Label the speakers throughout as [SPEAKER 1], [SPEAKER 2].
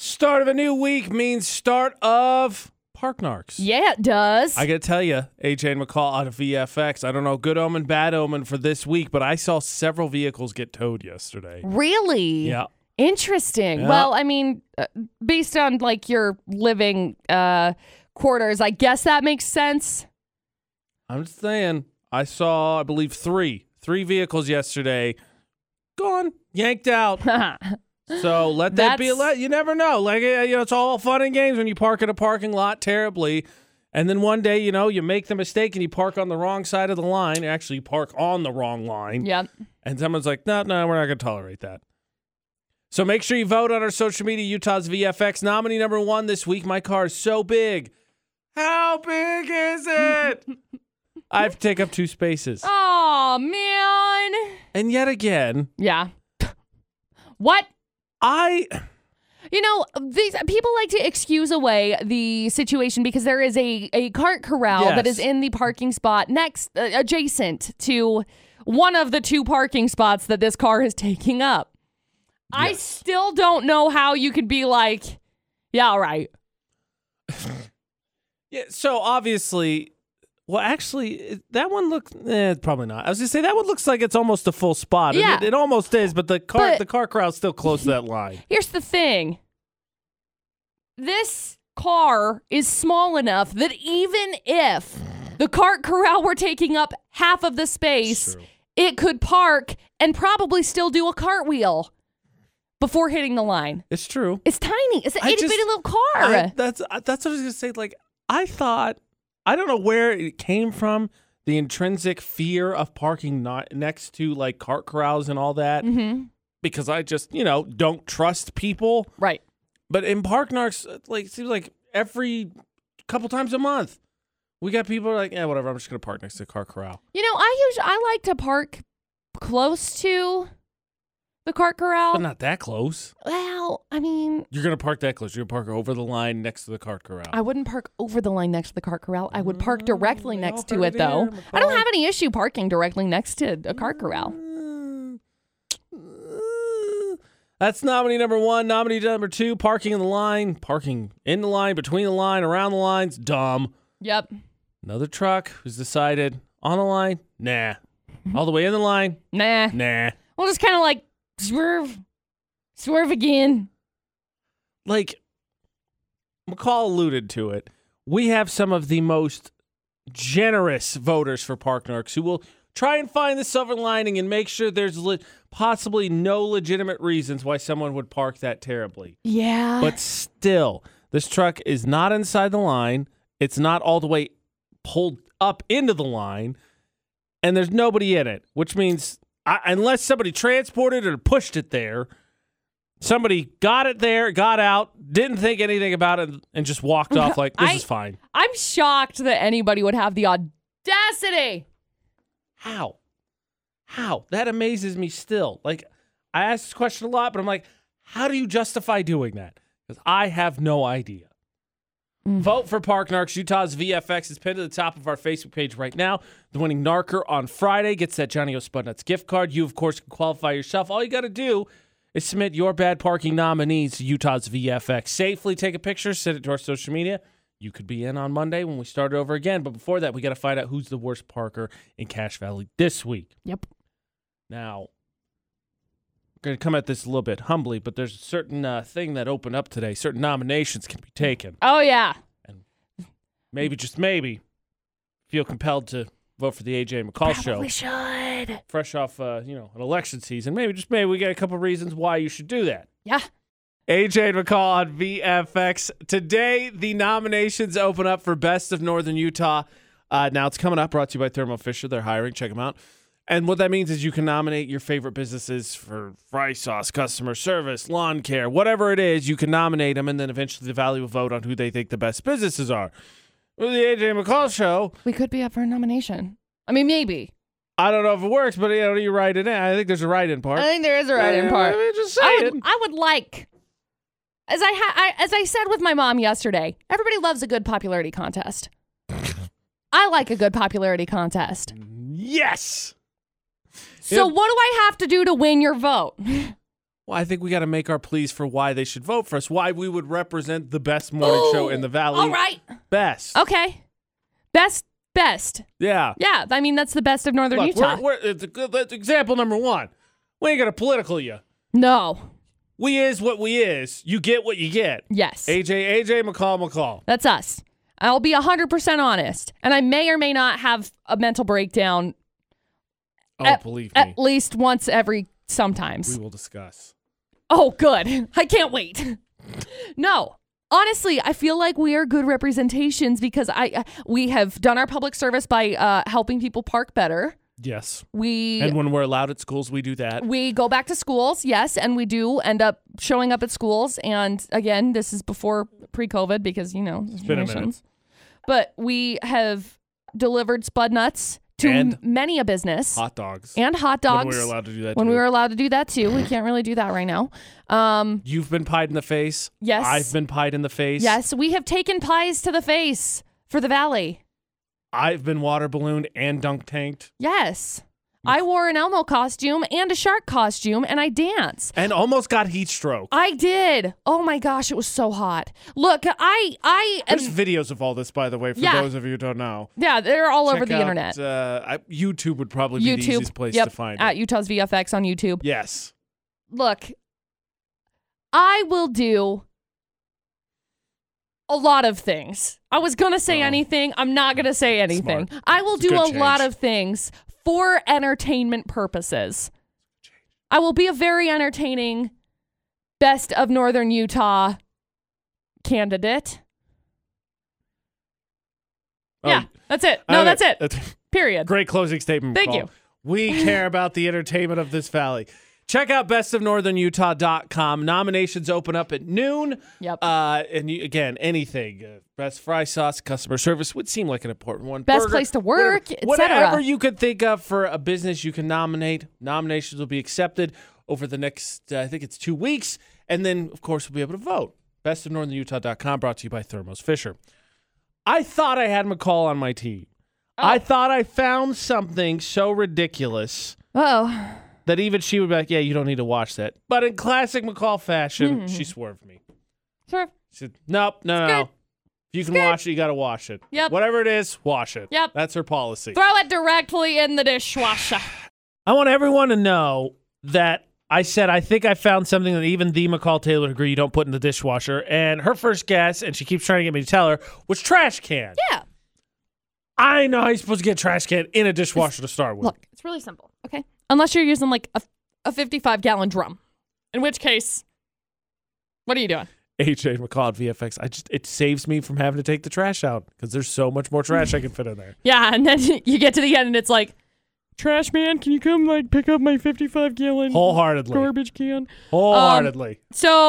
[SPEAKER 1] Start of a new week means start of Parknarks.
[SPEAKER 2] Yeah, it does.
[SPEAKER 1] I gotta tell you, AJ and McCall out of VFX. I don't know, good omen, bad omen for this week, but I saw several vehicles get towed yesterday.
[SPEAKER 2] really?
[SPEAKER 1] Yeah,
[SPEAKER 2] Interesting.
[SPEAKER 1] Yeah.
[SPEAKER 2] Well, I mean, uh, based on like your living uh, quarters, I guess that makes sense.
[SPEAKER 1] I'm just saying. I saw, I believe, three three vehicles yesterday, gone, yanked out. So let that be a
[SPEAKER 2] That's-
[SPEAKER 1] let. You never know. Like eh, you know, it's all fun and games when you park in a parking lot terribly, and then one day you know you make the mistake and you park on the wrong side of the line. Actually, you park on the wrong line,
[SPEAKER 2] yeah.
[SPEAKER 1] and someone's like, "No, no, we're not going to tolerate that." So make sure you vote on our social media. Utah's VFX nominee number one this week. My car is so big. How big is it? I have to take up two spaces,
[SPEAKER 2] Oh man.
[SPEAKER 1] and yet again,
[SPEAKER 2] Yeah. what?
[SPEAKER 1] I.
[SPEAKER 2] You know, these people like to excuse away the situation because there is a, a cart corral that
[SPEAKER 1] Yes.
[SPEAKER 2] is in the parking spot next, uh, adjacent to one of the two parking spots that this car is taking up. I
[SPEAKER 1] Yes.
[SPEAKER 2] still don't know how you could be like, yeah, all right.
[SPEAKER 1] Yeah, so obviously, well, actually, it- that one looks eh, probably not. I was gonna say that one looks like it's almost a full spot. and
[SPEAKER 2] Yeah.
[SPEAKER 1] it, it almost is, but the car
[SPEAKER 2] But-
[SPEAKER 1] the car crowd's still close to that line.
[SPEAKER 2] Here's the thing this car is small enough that even if the cart corral were taking up half of the space, it could park and probably still do a cartwheel before hitting the line.
[SPEAKER 1] It's true.
[SPEAKER 2] It's tiny. It's an
[SPEAKER 1] I
[SPEAKER 2] itty
[SPEAKER 1] just-
[SPEAKER 2] bitty little car.
[SPEAKER 1] I- that's I- that's what I was gonna say. Like I thought, I don't know where it came from. The intrinsic fear of parking not next to like cart corrals and all that,
[SPEAKER 2] mm-hmm.
[SPEAKER 1] because I just you know don't trust people.
[SPEAKER 2] Right.
[SPEAKER 1] But in Park Narks, like it seems like every couple times a month, we got people like, yeah, whatever. I'm just gonna park next to the car corral.
[SPEAKER 2] You know, I usually I like to park close to the cart corral.
[SPEAKER 1] But not that close.
[SPEAKER 2] well, I mean,
[SPEAKER 1] You're gonna park that close. You're gonna park over the line next to the cart corral.
[SPEAKER 2] I wouldn't park over the line next to the cart corral. I would park
[SPEAKER 1] Mm,
[SPEAKER 2] directly
[SPEAKER 1] we all
[SPEAKER 2] next to
[SPEAKER 1] heard
[SPEAKER 2] it,
[SPEAKER 1] it
[SPEAKER 2] though.
[SPEAKER 1] here,
[SPEAKER 2] I don't
[SPEAKER 1] McCall.
[SPEAKER 2] have any issue parking directly next to a
[SPEAKER 1] Mm.
[SPEAKER 2] cart corral.
[SPEAKER 1] That's nominee number one. Nominee number two: parking in the line, parking in the line, between the line, around the lines. Dumb.
[SPEAKER 2] Yep.
[SPEAKER 1] Another truck who's decided on the line. Nah. All the way in the line.
[SPEAKER 2] Nah.
[SPEAKER 1] Nah.
[SPEAKER 2] We'll just kind of like swerve, swerve again.
[SPEAKER 1] like McCall alluded to it, we have some of the most generous voters for Park Narks who will try and find the silver lining and make sure there's le- possibly no legitimate reasons why someone would park that terribly.
[SPEAKER 2] Yeah.
[SPEAKER 1] But still, this truck is not inside the line. It's not all the way pulled up into the line, and there's nobody in it, which means I, unless somebody transported or pushed it there, somebody got it there, got out, didn't think anything about it, and just walked off like this
[SPEAKER 2] I-
[SPEAKER 1] is fine.
[SPEAKER 2] I'm shocked that anybody would have the audacity.
[SPEAKER 1] How? How? That amazes me still. Like, I ask this question a lot, but I'm like, how do you justify doing that? Because I have no idea.
[SPEAKER 2] Mm.
[SPEAKER 1] Vote for Park Narks. Utah's VFX is pinned to the top of our Facebook page right now. The winning Narker on Friday gets that Johnny O. Spudnuts gift card. You, of course, can qualify yourself. All you got to do is submit your bad parking nominees to Utah's VFX. Safely take a picture, send it to our social media. You could be in on Monday when we start over again. But before that, we got to find out who's the worst parker in Cache Valley this week.
[SPEAKER 2] Yep.
[SPEAKER 1] Now, we're going to come at this a little bit humbly, but there's a certain uh, thing that opened up today. Certain nominations can be taken.
[SPEAKER 2] Oh yeah.
[SPEAKER 1] Maybe, just maybe, feel compelled to vote for the AJ McCall show.
[SPEAKER 2] Probably should.
[SPEAKER 1] Fresh off, uh, you know, an election season. Maybe, just maybe, we got a couple reasons why you should do that.
[SPEAKER 2] Yeah.
[SPEAKER 1] AJ and McCall on VFX. Today, the nominations open up for Best of Northern Utah. Uh, now it's coming up, brought to you by Thermo Fisher. They're hiring. Check them out. And what that means is you can nominate your favorite businesses for fry sauce, customer service, lawn care, whatever it is. You can nominate them, and then eventually the Valley will vote on who they think the best businesses are. With the AJ McCall show,
[SPEAKER 2] We could be up for a nomination. I mean, maybe.
[SPEAKER 1] I don't know if it works, but you know, you write it in. I think there's a write-in part.
[SPEAKER 2] I think there is a right in part.
[SPEAKER 1] I mean, just
[SPEAKER 2] I
[SPEAKER 1] saying.
[SPEAKER 2] would, I would like, as I, ha- I as I said with my mom yesterday, everybody loves a good popularity contest. I like a good popularity contest.
[SPEAKER 1] Yes.
[SPEAKER 2] So
[SPEAKER 1] Yeah.
[SPEAKER 2] what do I have to do to win your vote?
[SPEAKER 1] Well, I think we got to make our pleas for why they should vote for us, why we would represent the best morning show
[SPEAKER 2] Ooh,
[SPEAKER 1] in the valley.
[SPEAKER 2] All right.
[SPEAKER 1] Best.
[SPEAKER 2] Okay. Best, best.
[SPEAKER 1] Yeah.
[SPEAKER 2] Yeah. I mean, that's the best of Northern
[SPEAKER 1] Look,
[SPEAKER 2] Utah.
[SPEAKER 1] we're, we're, it's a good, that's example number one. We ain't going to political you.
[SPEAKER 2] no.
[SPEAKER 1] We is what we is. You get what you get.
[SPEAKER 2] Yes.
[SPEAKER 1] AJ, AJ, McCall, McCall.
[SPEAKER 2] That's us. I'll be 100% honest. And I may or may not have a mental breakdown
[SPEAKER 1] Oh,
[SPEAKER 2] At-
[SPEAKER 1] believe me,
[SPEAKER 2] at least once every
[SPEAKER 1] we
[SPEAKER 2] sometimes.
[SPEAKER 1] will discuss.
[SPEAKER 2] Oh, good. I can't wait. no. Honestly, I feel like we are good representations because I uh, we have done our public service by uh, helping people park better.
[SPEAKER 1] Yes.
[SPEAKER 2] We
[SPEAKER 1] And when we're allowed at schools, we do that.
[SPEAKER 2] we go back to schools, yes, and we do end up showing up at schools. And again, this is before pre-COVID because you know it's
[SPEAKER 1] been a minute.
[SPEAKER 2] But we have delivered spud nuts to
[SPEAKER 1] And-
[SPEAKER 2] m- many a business
[SPEAKER 1] Hot dogs.
[SPEAKER 2] and hot dogs
[SPEAKER 1] When we were allowed to do that.
[SPEAKER 2] when
[SPEAKER 1] too.
[SPEAKER 2] we were allowed to do that too. We can't really do that right now. Um,
[SPEAKER 1] You've been pied in the face.
[SPEAKER 2] Yes.
[SPEAKER 1] I've been pied in the face.
[SPEAKER 2] yes, we have taken pies to the face for the valley.
[SPEAKER 1] I've been water ballooned and dunk tanked
[SPEAKER 2] Yes. I wore an Elmo costume and a shark costume, and I dance.
[SPEAKER 1] and almost got heat stroke.
[SPEAKER 2] I did. Oh my gosh, it was so hot. Look, I I am
[SPEAKER 1] There's videos of all this, by the way, for
[SPEAKER 2] Yeah.
[SPEAKER 1] those of you who don't know.
[SPEAKER 2] yeah, they're all over
[SPEAKER 1] Check
[SPEAKER 2] the
[SPEAKER 1] out,
[SPEAKER 2] internet.
[SPEAKER 1] Uh, I- YouTube would probably be the
[SPEAKER 2] YouTube.
[SPEAKER 1] easiest place
[SPEAKER 2] yep,
[SPEAKER 1] to find
[SPEAKER 2] at
[SPEAKER 1] it.
[SPEAKER 2] Utah's VFX on YouTube.
[SPEAKER 1] Yes.
[SPEAKER 2] Look, I will do a lot of things. I was gonna say
[SPEAKER 1] Oh.
[SPEAKER 2] anything. I'm not gonna say anything. I will
[SPEAKER 1] It's a
[SPEAKER 2] do
[SPEAKER 1] good
[SPEAKER 2] a
[SPEAKER 1] change.
[SPEAKER 2] lot of things for entertainment purposes. I will be a very entertaining best of Northern Utah candidate. yeah, that's it. No,
[SPEAKER 1] Okay.
[SPEAKER 2] that's it.
[SPEAKER 1] Oh. That's-
[SPEAKER 2] Period.
[SPEAKER 1] Great closing statement.
[SPEAKER 2] Thank
[SPEAKER 1] McCall.
[SPEAKER 2] you.
[SPEAKER 1] We care about the entertainment of this valley. Check out bestofnorthernutah.com. Nominations open up at noon.
[SPEAKER 2] Yep.
[SPEAKER 1] Uh, and you, again, anything uh, best fry sauce, customer service would seem like an important one.
[SPEAKER 2] Best place to work,
[SPEAKER 1] whatever-
[SPEAKER 2] et
[SPEAKER 1] whatever,
[SPEAKER 2] cetera.
[SPEAKER 1] you could think of for a business, you can nominate. Nominations will be accepted over the next, uh, I think it's two weeks, and then of course we'll be able to vote. Best of northernutah.com brought to you by Thermos Fisher. I thought I had McCall on my team.
[SPEAKER 2] Oh.
[SPEAKER 1] I thought I found something so ridiculous
[SPEAKER 2] oh.
[SPEAKER 1] that even she would be like, "Yeah, you don't need to watch that." But in classic McCall fashion, she swerved me.
[SPEAKER 2] Sure.
[SPEAKER 1] She said, nope, no, no.
[SPEAKER 2] Mm-hmm. good.
[SPEAKER 1] If you can wash it, you got to wash it.
[SPEAKER 2] Yep.
[SPEAKER 1] Whatever it is, wash it.
[SPEAKER 2] Yep.
[SPEAKER 1] That's her policy.
[SPEAKER 2] Throw it directly in the dishwasher.
[SPEAKER 1] I want everyone to know that I said, I think I found something that even the McCall Taylor agree you don't put in the dishwasher. And her first guess, and she keeps trying to get me to tell her, was trash can.
[SPEAKER 2] Yeah.
[SPEAKER 1] I know how you're supposed to get trash can in a dishwasher to start with.
[SPEAKER 2] Look, it's really simple. Okay. Unless you're using like a, a 55 gallon drum, in which case, what are you doing?
[SPEAKER 1] AJ McCall at VFX. I just it saves me from having to take the trash out because there's so much more trash I can fit in there.
[SPEAKER 2] Yeah. And then you get to the end and it's like, trash man, can you come like pick up my 55 gallon
[SPEAKER 1] Wholeheartedly.
[SPEAKER 2] garbage can? Um,
[SPEAKER 1] Wholeheartedly.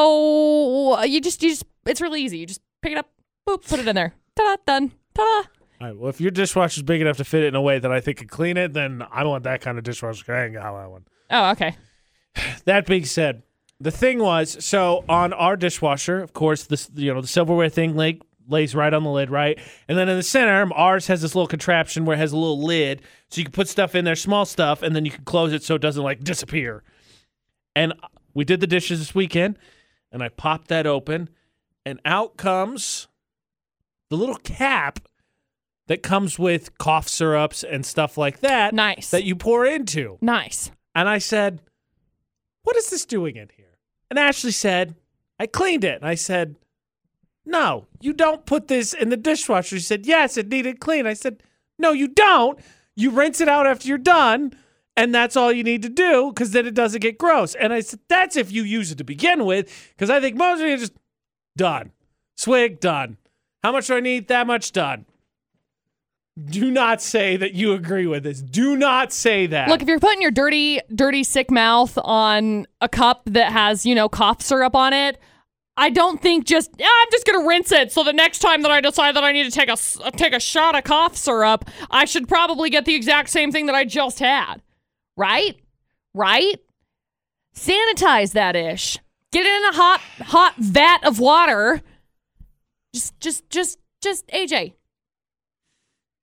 [SPEAKER 2] So uh, you just, you just, it's really easy. You just pick it up, boop, put it in there. Ta da, done. Ta da.
[SPEAKER 1] All right. Well, if your dishwasher's big enough to fit it in a way that I think could clean it, then I want that kind of dishwasher. 'cause I ain't got that one.
[SPEAKER 2] Oh, okay.
[SPEAKER 1] That being said, the thing was, so on our dishwasher, of course, this you know the silverware thing like lays right on the lid, right, and then in the center, ours has this little contraption where it has a little lid, so you can put stuff in there, small stuff, and then you can close it so it doesn't like disappear. And we did the dishes this weekend, and I popped that open, and out comes the little cap that comes with cough syrups and stuff like that
[SPEAKER 2] Nice.
[SPEAKER 1] that you pour into.
[SPEAKER 2] Nice.
[SPEAKER 1] And I said, What is this doing in here? And Ashley said, I cleaned it. And I said, No, you don't put this in the dishwasher. She said, Yes, it needed clean. I said, No, you don't. You rinse it out after you're done. And that's all you need to do because then it doesn't get gross. And I said, That's if you use it to begin with because I think most of you are just done. Swig, done. How much do I need? That much, done. Do not say that you agree with this. Do not say that.
[SPEAKER 2] Look, if you're putting your dirty, dirty, sick mouth on a cup that has, you know, cough syrup on it, I don't think just "Yeah, I'm just gonna rinse it. So the next time that I decide that I need to take a s- uh, take a shot of cough syrup, I should probably get the exact same thing that I just had, right? Right? Sanitize that ish. Get it in a hot hot vat of water. Just, just, just, just, AJ.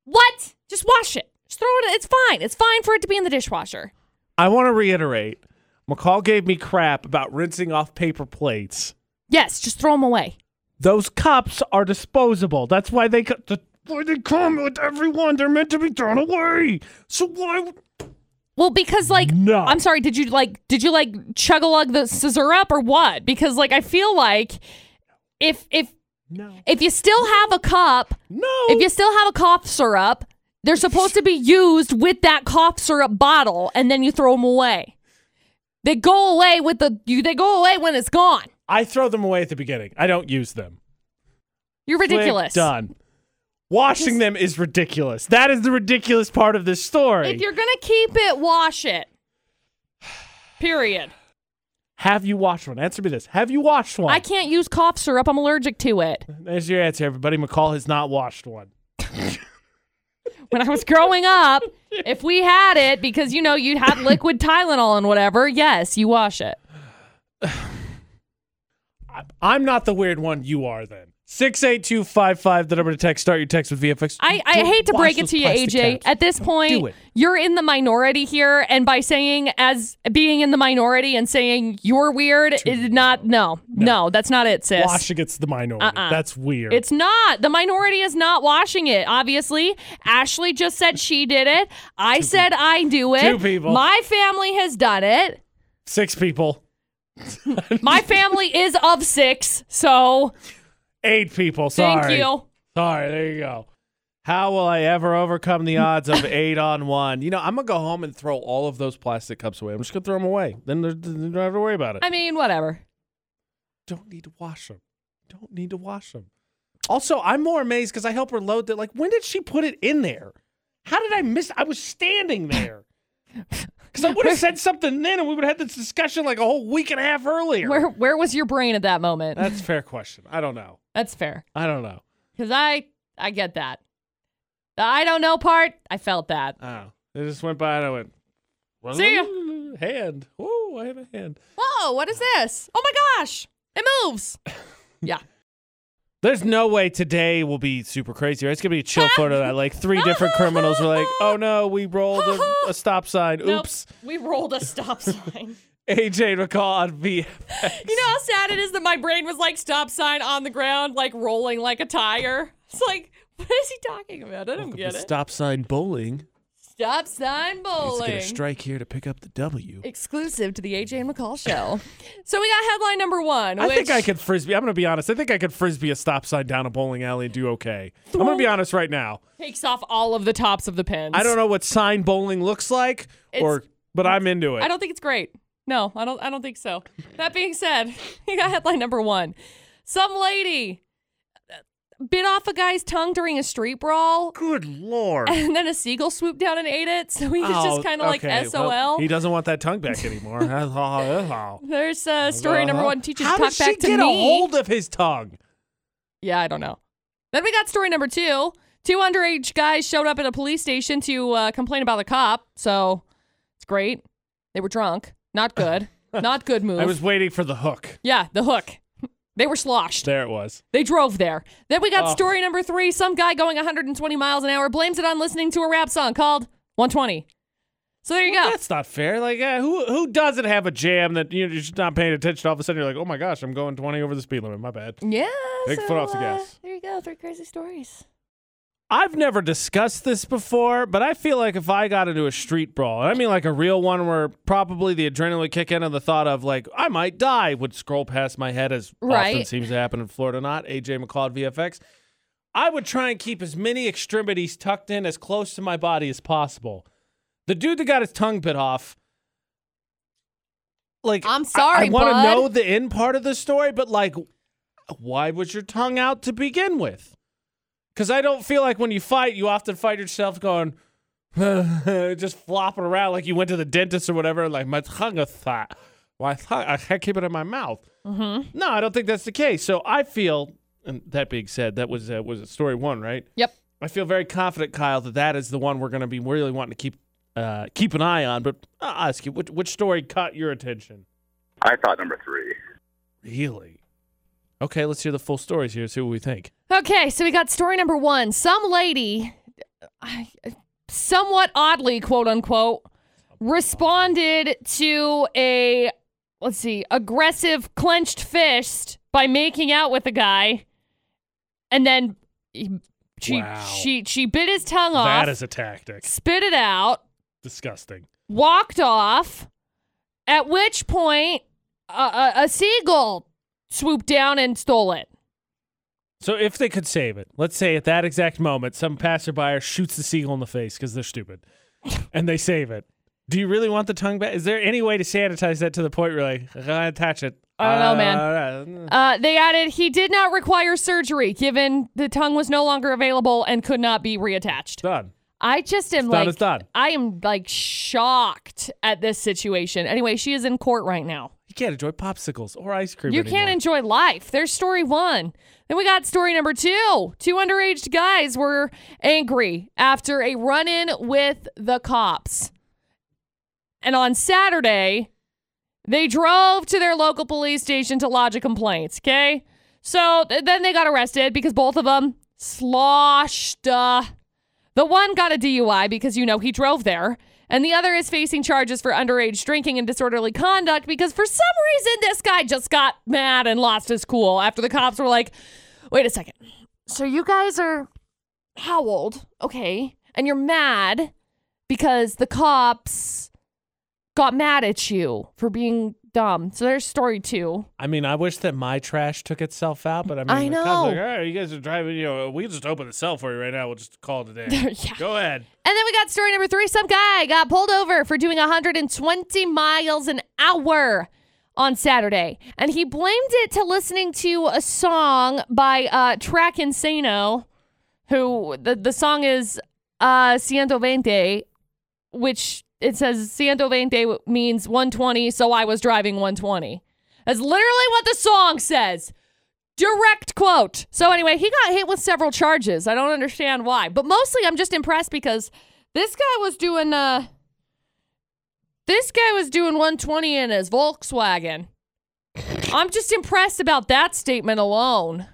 [SPEAKER 2] What? Just wash it. Just throw it. It's fine. It's fine for it to be in the dishwasher.
[SPEAKER 1] I want to reiterate McCall gave me crap about rinsing off paper plates.
[SPEAKER 2] Yes, just throw them away.
[SPEAKER 1] Those cups are disposable. That's why they co- the, why they come with everyone. They're meant to be thrown away. So why? would-
[SPEAKER 2] Well, because like
[SPEAKER 1] No.
[SPEAKER 2] I'm sorry, did you like did you like chug a lug the scissor up or what? Because like I feel like if if
[SPEAKER 1] No.
[SPEAKER 2] if you still have a cup,
[SPEAKER 1] No.
[SPEAKER 2] if you still have a cough syrup, they're supposed to be used with that cough syrup bottle, and then you throw them away. They go away with the you. They go away when it's gone.
[SPEAKER 1] I throw them away at the beginning. I don't use them.
[SPEAKER 2] You're
[SPEAKER 1] Click,
[SPEAKER 2] ridiculous.
[SPEAKER 1] done. Washing them is ridiculous. That is the ridiculous part of this story.
[SPEAKER 2] If you're gonna keep it, wash it. Period.
[SPEAKER 1] Have you watched one? Answer me this. Have you watched one?
[SPEAKER 2] I can't use cough syrup. I'm allergic to it.
[SPEAKER 1] There's your answer, everybody. McCall has not watched one.
[SPEAKER 2] When I was growing up, if we had it, because you know you had liquid Tylenol and whatever, yes, you wash it.
[SPEAKER 1] I'm not the weird one. You are then. 68255, the number to text. Start your text with VFX.
[SPEAKER 2] I, I
[SPEAKER 1] Don't
[SPEAKER 2] hate to
[SPEAKER 1] wash
[SPEAKER 2] break it
[SPEAKER 1] those
[SPEAKER 2] to you,
[SPEAKER 1] plastic
[SPEAKER 2] AJ.
[SPEAKER 1] caps.
[SPEAKER 2] At this
[SPEAKER 1] do
[SPEAKER 2] point,
[SPEAKER 1] it.
[SPEAKER 2] you're in the minority here, and by saying as being in the minority and saying you're weird is not no, no that's not it, sis.
[SPEAKER 1] Washing it's the minority.
[SPEAKER 2] Uh-uh.
[SPEAKER 1] That's weird.
[SPEAKER 2] It's not. The minority is not washing it, obviously. Ashley just said she did it. I said I do it.
[SPEAKER 1] Two people.
[SPEAKER 2] My family has done it.
[SPEAKER 1] six people,
[SPEAKER 2] My family is of six, so
[SPEAKER 1] eight people. Sorry.
[SPEAKER 2] thank you.
[SPEAKER 1] Sorry. There you go. How will I ever overcome the odds of eight on one? You know, I'm gonna go home and throw all of those plastic cups away. I'm just gonna throw them away. Then they don't have to worry about it.
[SPEAKER 2] I mean, whatever.
[SPEAKER 1] don't need to wash them. Don't need to wash them. Also, I'm more amazed because I help her load that. Like, when did she put it in there? How did I miss? I was standing there. Because I would have said something then, and we would have had this discussion like a whole week and a half earlier.
[SPEAKER 2] Where where was your brain at that moment?
[SPEAKER 1] That's a fair question. I don't know.
[SPEAKER 2] That's fair.
[SPEAKER 1] I don't know.
[SPEAKER 2] Cause I I get that. The I don't know part, I felt that.
[SPEAKER 1] Oh, it just went by, and I went.
[SPEAKER 2] See
[SPEAKER 1] Hand. Oh, I have a hand.
[SPEAKER 2] Whoa, what is this? Oh my gosh. It moves. Yeah.
[SPEAKER 1] There's no way today will be super crazy, right? It's gonna be a chill photo that like three different criminals were like, "Oh no, we rolled a, a stop sign.
[SPEAKER 2] Nope.
[SPEAKER 1] Oops."
[SPEAKER 2] We rolled a stop sign.
[SPEAKER 1] AJ McCall on V.
[SPEAKER 2] you know how sad it is that my brain was like stop sign on the ground, like rolling like a tire. It's like, what is he talking about? I don't get it.
[SPEAKER 1] Stop sign bowling.
[SPEAKER 2] stop sign
[SPEAKER 1] He's
[SPEAKER 2] bowling.
[SPEAKER 1] gonna strike here to pick up the W.
[SPEAKER 2] Exclusive to the AJ and McCall show. so we got headline number one.
[SPEAKER 1] I think
[SPEAKER 2] which-
[SPEAKER 1] I could frisbee. I'm gonna be honest. I think I could frisbee a stop sign down a bowling alley and do okay. I'm gonna be honest right now.
[SPEAKER 2] takes off all of the tops of the pins.
[SPEAKER 1] I don't know what sign bowling looks like, or but I'm into it.
[SPEAKER 2] I don't think it's great. No, I don't. I don't think so. That being said, you got headline number one: some lady uh, bit off a guy's tongue during a street brawl,
[SPEAKER 1] Good lord.
[SPEAKER 2] and then a seagull swooped down and ate it. So he was just kind of like SOL.
[SPEAKER 1] Oh, he doesn't want that tongue back anymore.
[SPEAKER 2] There's uh, story number one: teaches
[SPEAKER 1] Uh-huh. How
[SPEAKER 2] talk
[SPEAKER 1] did she
[SPEAKER 2] back to
[SPEAKER 1] get
[SPEAKER 2] me.
[SPEAKER 1] a hold of his tongue?
[SPEAKER 2] Yeah, I don't know. Then we got story number two: two underage guys showed up at a police station to uh, complain about the cop. So it's great. They were drunk. Not good. Not good move.
[SPEAKER 1] I was waiting for the hook.
[SPEAKER 2] Yeah, the hook. They were sloshed.
[SPEAKER 1] There it was.
[SPEAKER 2] They drove there. Then we got
[SPEAKER 1] Oh.
[SPEAKER 2] story number three. Some guy going 120 miles an hour blames it on listening to a rap song called 120. So there you go.
[SPEAKER 1] That's not fair. Like, uh, who who doesn't have a jam that you know, you're just not paying attention? All of a sudden, you're like, oh my gosh, I'm going 20 over the speed limit. My bad.
[SPEAKER 2] Yeah.
[SPEAKER 1] Big
[SPEAKER 2] so,
[SPEAKER 1] foot off the
[SPEAKER 2] uh,
[SPEAKER 1] gas.
[SPEAKER 2] There you go. Three crazy stories.
[SPEAKER 1] I've never discussed this before, but I feel like if I got into a street brawl, and I mean like a real one where probably the adrenaline would kick in and the thought of like I might die would scroll past my head, as often
[SPEAKER 2] Right.
[SPEAKER 1] seems to happen in Florida. Not AJ McCloud VFX. I would try and keep as many extremities tucked in as close to my body as possible. The dude that got his tongue bit off, like
[SPEAKER 2] I'm sorry,
[SPEAKER 1] I, want to
[SPEAKER 2] bud.
[SPEAKER 1] know the end part of the story, but like, why was your tongue out to begin with? Because I don't feel like when you fight, you often fight yourself going, just flopping around like you went to the dentist or whatever. Like my tongue is fat. Why tongue? I can't keep it in my mouth.
[SPEAKER 2] Mm-hmm.
[SPEAKER 1] No, I don't think that's the case. So I feel, and that being said, that was uh, was it story one, right?
[SPEAKER 2] Yep.
[SPEAKER 1] I feel very confident, Kyle, that that is the one we're going to be really wanting to keep uh, keep an eye on. But I'll ask you, which, which story caught your attention?
[SPEAKER 3] I thought number three.
[SPEAKER 1] Really? Okay, let's hear the full stories here. See what we think.
[SPEAKER 2] Okay, so we got story number one. Some lady, I, somewhat oddly, quote unquote, responded to a let's see aggressive clenched fist by making out with a guy and then he- she
[SPEAKER 1] Wow.
[SPEAKER 2] she she bit his tongue off
[SPEAKER 1] That is a tactic.
[SPEAKER 2] spit it out
[SPEAKER 1] Disgusting.
[SPEAKER 2] walked off at which point a, a, a seagull swooped down and stole it
[SPEAKER 1] So if they could save it, let's say at that exact moment, some passerby shoots the seagull in the face because they're stupid, and they save it. Do you really want the tongue back? Is there any way to sanitize that to the point where like I gotta touch it?
[SPEAKER 2] I don't know,
[SPEAKER 4] man.
[SPEAKER 2] Uh, they added he did not require surgery, given the tongue was no longer available and could not be reattached.
[SPEAKER 1] Done.
[SPEAKER 2] I just am
[SPEAKER 1] done,
[SPEAKER 2] like,
[SPEAKER 1] it's done.
[SPEAKER 2] I am like shocked at this situation. Anyway, she is in court right now.
[SPEAKER 1] You can't enjoy popsicles or ice cream.
[SPEAKER 2] You
[SPEAKER 1] anymore.
[SPEAKER 2] can't enjoy life. There's story one. Then we got story number two. Two underage guys were angry after a run in with the cops. And on Saturday, they drove to their local police station to lodge a complaint. Okay. So th- then they got arrested because both of them sloshed. Uh, the one got a DUI because, you know, he drove there. And the other is facing charges for underage drinking and disorderly conduct because for some reason this guy just got mad and lost his cool after the cops were like, wait a second. So you guys are how old? Okay. And you're mad because the cops got mad at you for being dumb. So there's story two.
[SPEAKER 1] I mean, I wish that my trash took itself out, but I mean,
[SPEAKER 2] I
[SPEAKER 1] the cops are like,
[SPEAKER 2] know.
[SPEAKER 1] all right, you guys are driving. You know, we can just open the cell for you right now. We'll just call it a day.
[SPEAKER 2] yeah.
[SPEAKER 1] Go ahead.
[SPEAKER 2] And then we got story number three. Some guy got pulled over for doing 120 miles an hour on Saturday. And he blamed it to listening to a song by uh, Track Insano, who the, the song is uh, Ciento Veinte, which it says Ciento Veinte means 120, so I was driving 120. That's literally what the song says. Direct quote. So anyway, he got hit with several charges. I don't understand why, but mostly I'm just impressed because this guy was doing uh this guy was doing 120 in his Volkswagen. I'm just impressed about that statement alone.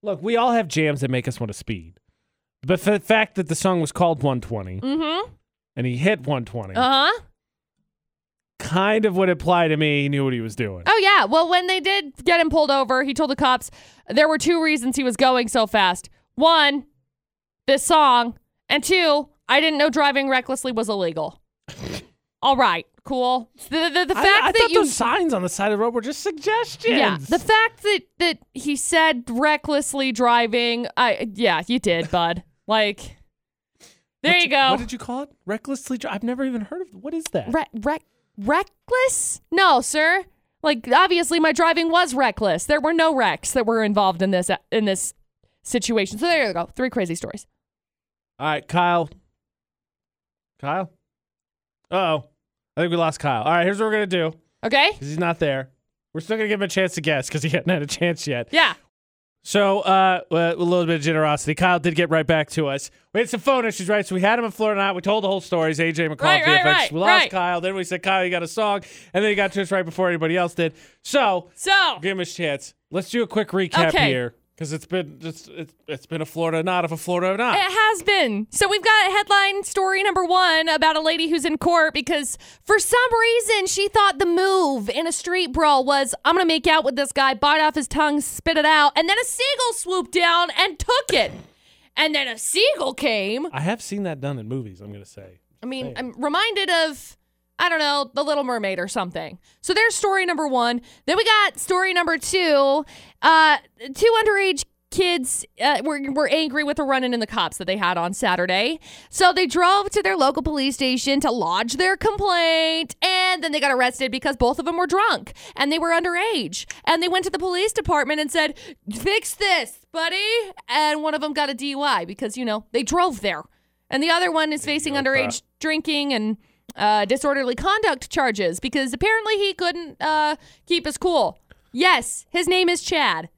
[SPEAKER 1] Look, we all have jams that make us want to speed. But for the fact that the song was called 120
[SPEAKER 2] Mm-hmm.
[SPEAKER 1] and he hit 120
[SPEAKER 2] Uh-huh.
[SPEAKER 1] kind of would apply to me. He knew what he was doing.
[SPEAKER 2] Oh yeah. Well, when they did get him pulled over, he told the cops there were two reasons he was going so fast. One, this song, and two, I didn't know driving recklessly was illegal. All right, cool. The, the, the fact
[SPEAKER 1] I, I
[SPEAKER 2] that
[SPEAKER 1] thought
[SPEAKER 2] you
[SPEAKER 1] those signs on the side of the road were just suggestions.
[SPEAKER 2] yeah, the fact that that he said recklessly driving, I yeah, you did, bud. Like, there you go.
[SPEAKER 1] What did you call it? Recklessly dri- I've never even heard of What is that?
[SPEAKER 2] Re- rec- reckless? No, sir. Like obviously, my driving was reckless. There were no wrecks that were involved in this in this situation. So there you go. Three crazy stories.
[SPEAKER 1] all right, Kyle. Kyle? Uh-oh. I think we lost Kyle. All right, here's what we're going to do.
[SPEAKER 2] Okay.
[SPEAKER 1] because he's not there. We're still gonna give him a chance to guess because he hadn't had a chance yet.
[SPEAKER 2] Yeah.
[SPEAKER 1] So, uh, uh, a little bit of generosity. Kyle did get right back to us. We had some phone issues, right? So we had him in Florida night. We told the whole story. It's AJ McCall,
[SPEAKER 2] Right, right,
[SPEAKER 1] VFX.
[SPEAKER 2] right,
[SPEAKER 1] we lost
[SPEAKER 2] right.
[SPEAKER 1] Kyle. Then we said, Kyle, you got a song, and then he got to us right before anybody else did. So,
[SPEAKER 2] So
[SPEAKER 1] give him a chance. Let's do a quick recap
[SPEAKER 2] Okay.
[SPEAKER 1] here because it's been it's, it's it's been a Florida not of a Florida not.
[SPEAKER 2] It has been. So we've got headline story number one about a lady who's in court because for some reason she thought the move in a street brawl was I'm going to make out with this guy, bite off his tongue, spit it out, and then a seagull swooped down and took it. And then a seagull came.
[SPEAKER 1] I have seen that done in movies. I'm gonna say.
[SPEAKER 2] I mean, I'm reminded of, I don't know, The Little Mermaid or something. So there's story number one. Then we got story number two. Uh, two underage kids uh, were, were angry with a run in in the cops that they had on Saturday. So they drove to their local police station to lodge their complaint. And then they got arrested because both of them were drunk and they were underage. And they went to the police department and said, fix this, buddy. And one of them got a DUI because, you know, they drove there. And the other one is facing underage drinking and uh, disorderly conduct charges because apparently he couldn't uh, keep his cool. Yes, his name is Chad.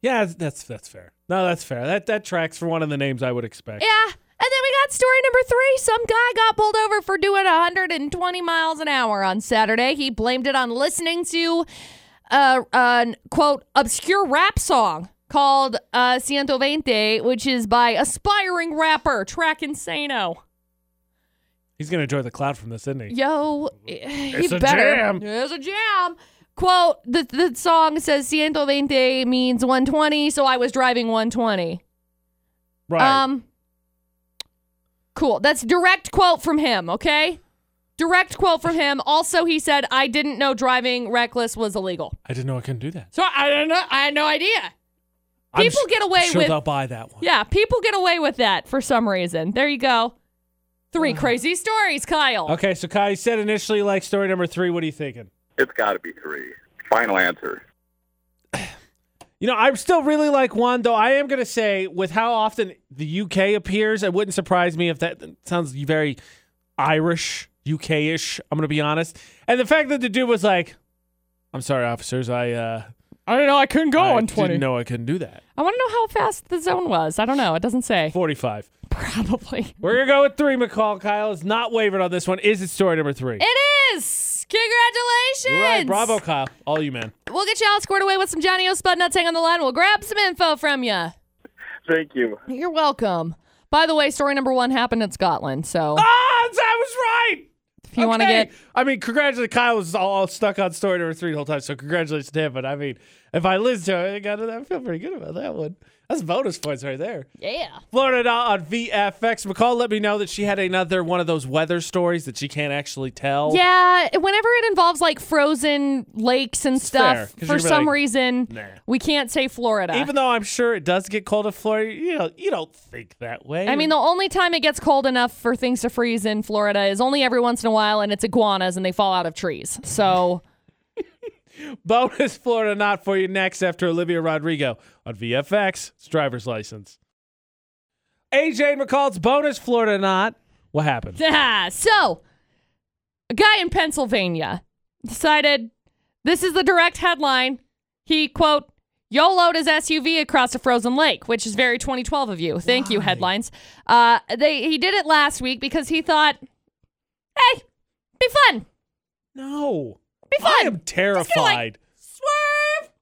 [SPEAKER 1] Yeah, that's that's fair. No, that's fair. That that tracks for one of the names I would expect.
[SPEAKER 2] Yeah. And then we got story number three. Some guy got pulled over for doing 120 miles an hour on Saturday. He blamed it on listening to uh, an, quote, obscure rap song called uh, Ciento Veinte, which is by aspiring rapper Track Insano.
[SPEAKER 1] He's gonna enjoy the cloud from this, isn't he?
[SPEAKER 2] Yo, he
[SPEAKER 1] It's a
[SPEAKER 2] better.
[SPEAKER 1] jam.
[SPEAKER 2] It's a jam. Quote, the, the song says 120 means 120, so I was driving 120.
[SPEAKER 1] Right.
[SPEAKER 2] Um, cool. That's direct quote from him, okay? Direct quote from him. Also, he said, I didn't know driving reckless was illegal.
[SPEAKER 1] I didn't know I couldn't do that.
[SPEAKER 2] So I don't know. I had no idea.
[SPEAKER 1] I'm
[SPEAKER 2] People
[SPEAKER 1] s-
[SPEAKER 2] get away
[SPEAKER 1] sure
[SPEAKER 2] with-
[SPEAKER 1] they'll buy that one.
[SPEAKER 2] Yeah, people get away with that for some reason. There you go. Three crazy stories, Kyle.
[SPEAKER 1] Okay, so Kyle, you said initially like story number three. What are you thinking?
[SPEAKER 5] It's got to be three. Final answer.
[SPEAKER 1] You know, I'm still really like one, though. I am going to say, with how often the UK appears, it wouldn't surprise me if that sounds very Irish, UK ish. I'm going to be honest. And the fact that the dude was like, I'm sorry, officers. I, uh,
[SPEAKER 2] I don't know. I couldn't go
[SPEAKER 1] I didn't know I couldn't do that.
[SPEAKER 2] I want to know how fast the zone was. I don't know. It doesn't say.
[SPEAKER 1] 45.
[SPEAKER 2] Probably.
[SPEAKER 1] We're going to go with three, McCall. Kyle is not wavered on this one. Is it story number three?
[SPEAKER 2] It is. Congratulations.
[SPEAKER 1] Right, bravo, Kyle. All you, man.
[SPEAKER 2] We'll get you all squared away with some Johnny O. Spudnuts. Hang on the line. We'll grab some info from you.
[SPEAKER 5] Thank you.
[SPEAKER 2] You're welcome. By the way, story number one happened in Scotland. So
[SPEAKER 1] Ah, I was right.
[SPEAKER 2] if you want to get
[SPEAKER 1] I mean, congratulations. Kyle was all, all stuck on story number three the whole time, so congratulations to him. But I mean, if I listen to it, I got it. I feel pretty good about that one. That's bonus points right there.
[SPEAKER 2] yeah.
[SPEAKER 1] Florida Doll on VFX. McCall let me know that she had another one of those weather stories that she can't actually tell.
[SPEAKER 2] Yeah, whenever it involves like frozen lakes and
[SPEAKER 1] fair,
[SPEAKER 2] stuff,
[SPEAKER 1] 'cause
[SPEAKER 2] for
[SPEAKER 1] you're
[SPEAKER 2] some
[SPEAKER 1] like,
[SPEAKER 2] reason,
[SPEAKER 1] nah.
[SPEAKER 2] we can't say Florida.
[SPEAKER 1] Even though I'm sure it does get cold in Florida, you know, you don't think that way.
[SPEAKER 2] I mean, the only time it gets cold enough for things to freeze in Florida is only every once in a while, and it's iguanas and they fall out of trees. So
[SPEAKER 1] bonus Florida not for you next after Olivia Rodrigo on VFX. It's driver's license. AJ McCall's bonus Florida not. What happened?
[SPEAKER 2] Ah, so a guy in Pennsylvania decided this is the direct headline. He quote YOLO'd his SUV across a frozen lake, which is very 2012 of you. Thank you, headlines. Uh, they he did it last week because he thought, hey, be fun,
[SPEAKER 1] No.
[SPEAKER 2] be fun.
[SPEAKER 1] I am
[SPEAKER 2] Just gonna, like,
[SPEAKER 1] terrified.
[SPEAKER 2] Swerve.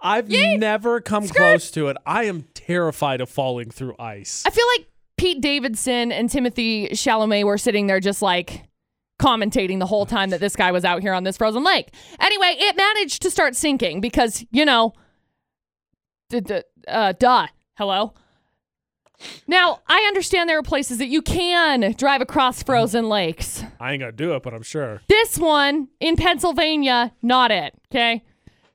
[SPEAKER 1] I've never come close to it. I am terrified of falling through ice.
[SPEAKER 2] I feel like Pete Davidson and Timothy Chalamet were sitting there just like commentating the whole time that this guy was out here on this frozen lake. Anyway, it managed to start sinking because, you know, d- d- uh, duh. Hello? Now, I understand there are places that you can drive across frozen lakes.
[SPEAKER 1] I ain't gonna do it, but I'm sure.
[SPEAKER 2] This one in Pennsylvania, not it. Okay.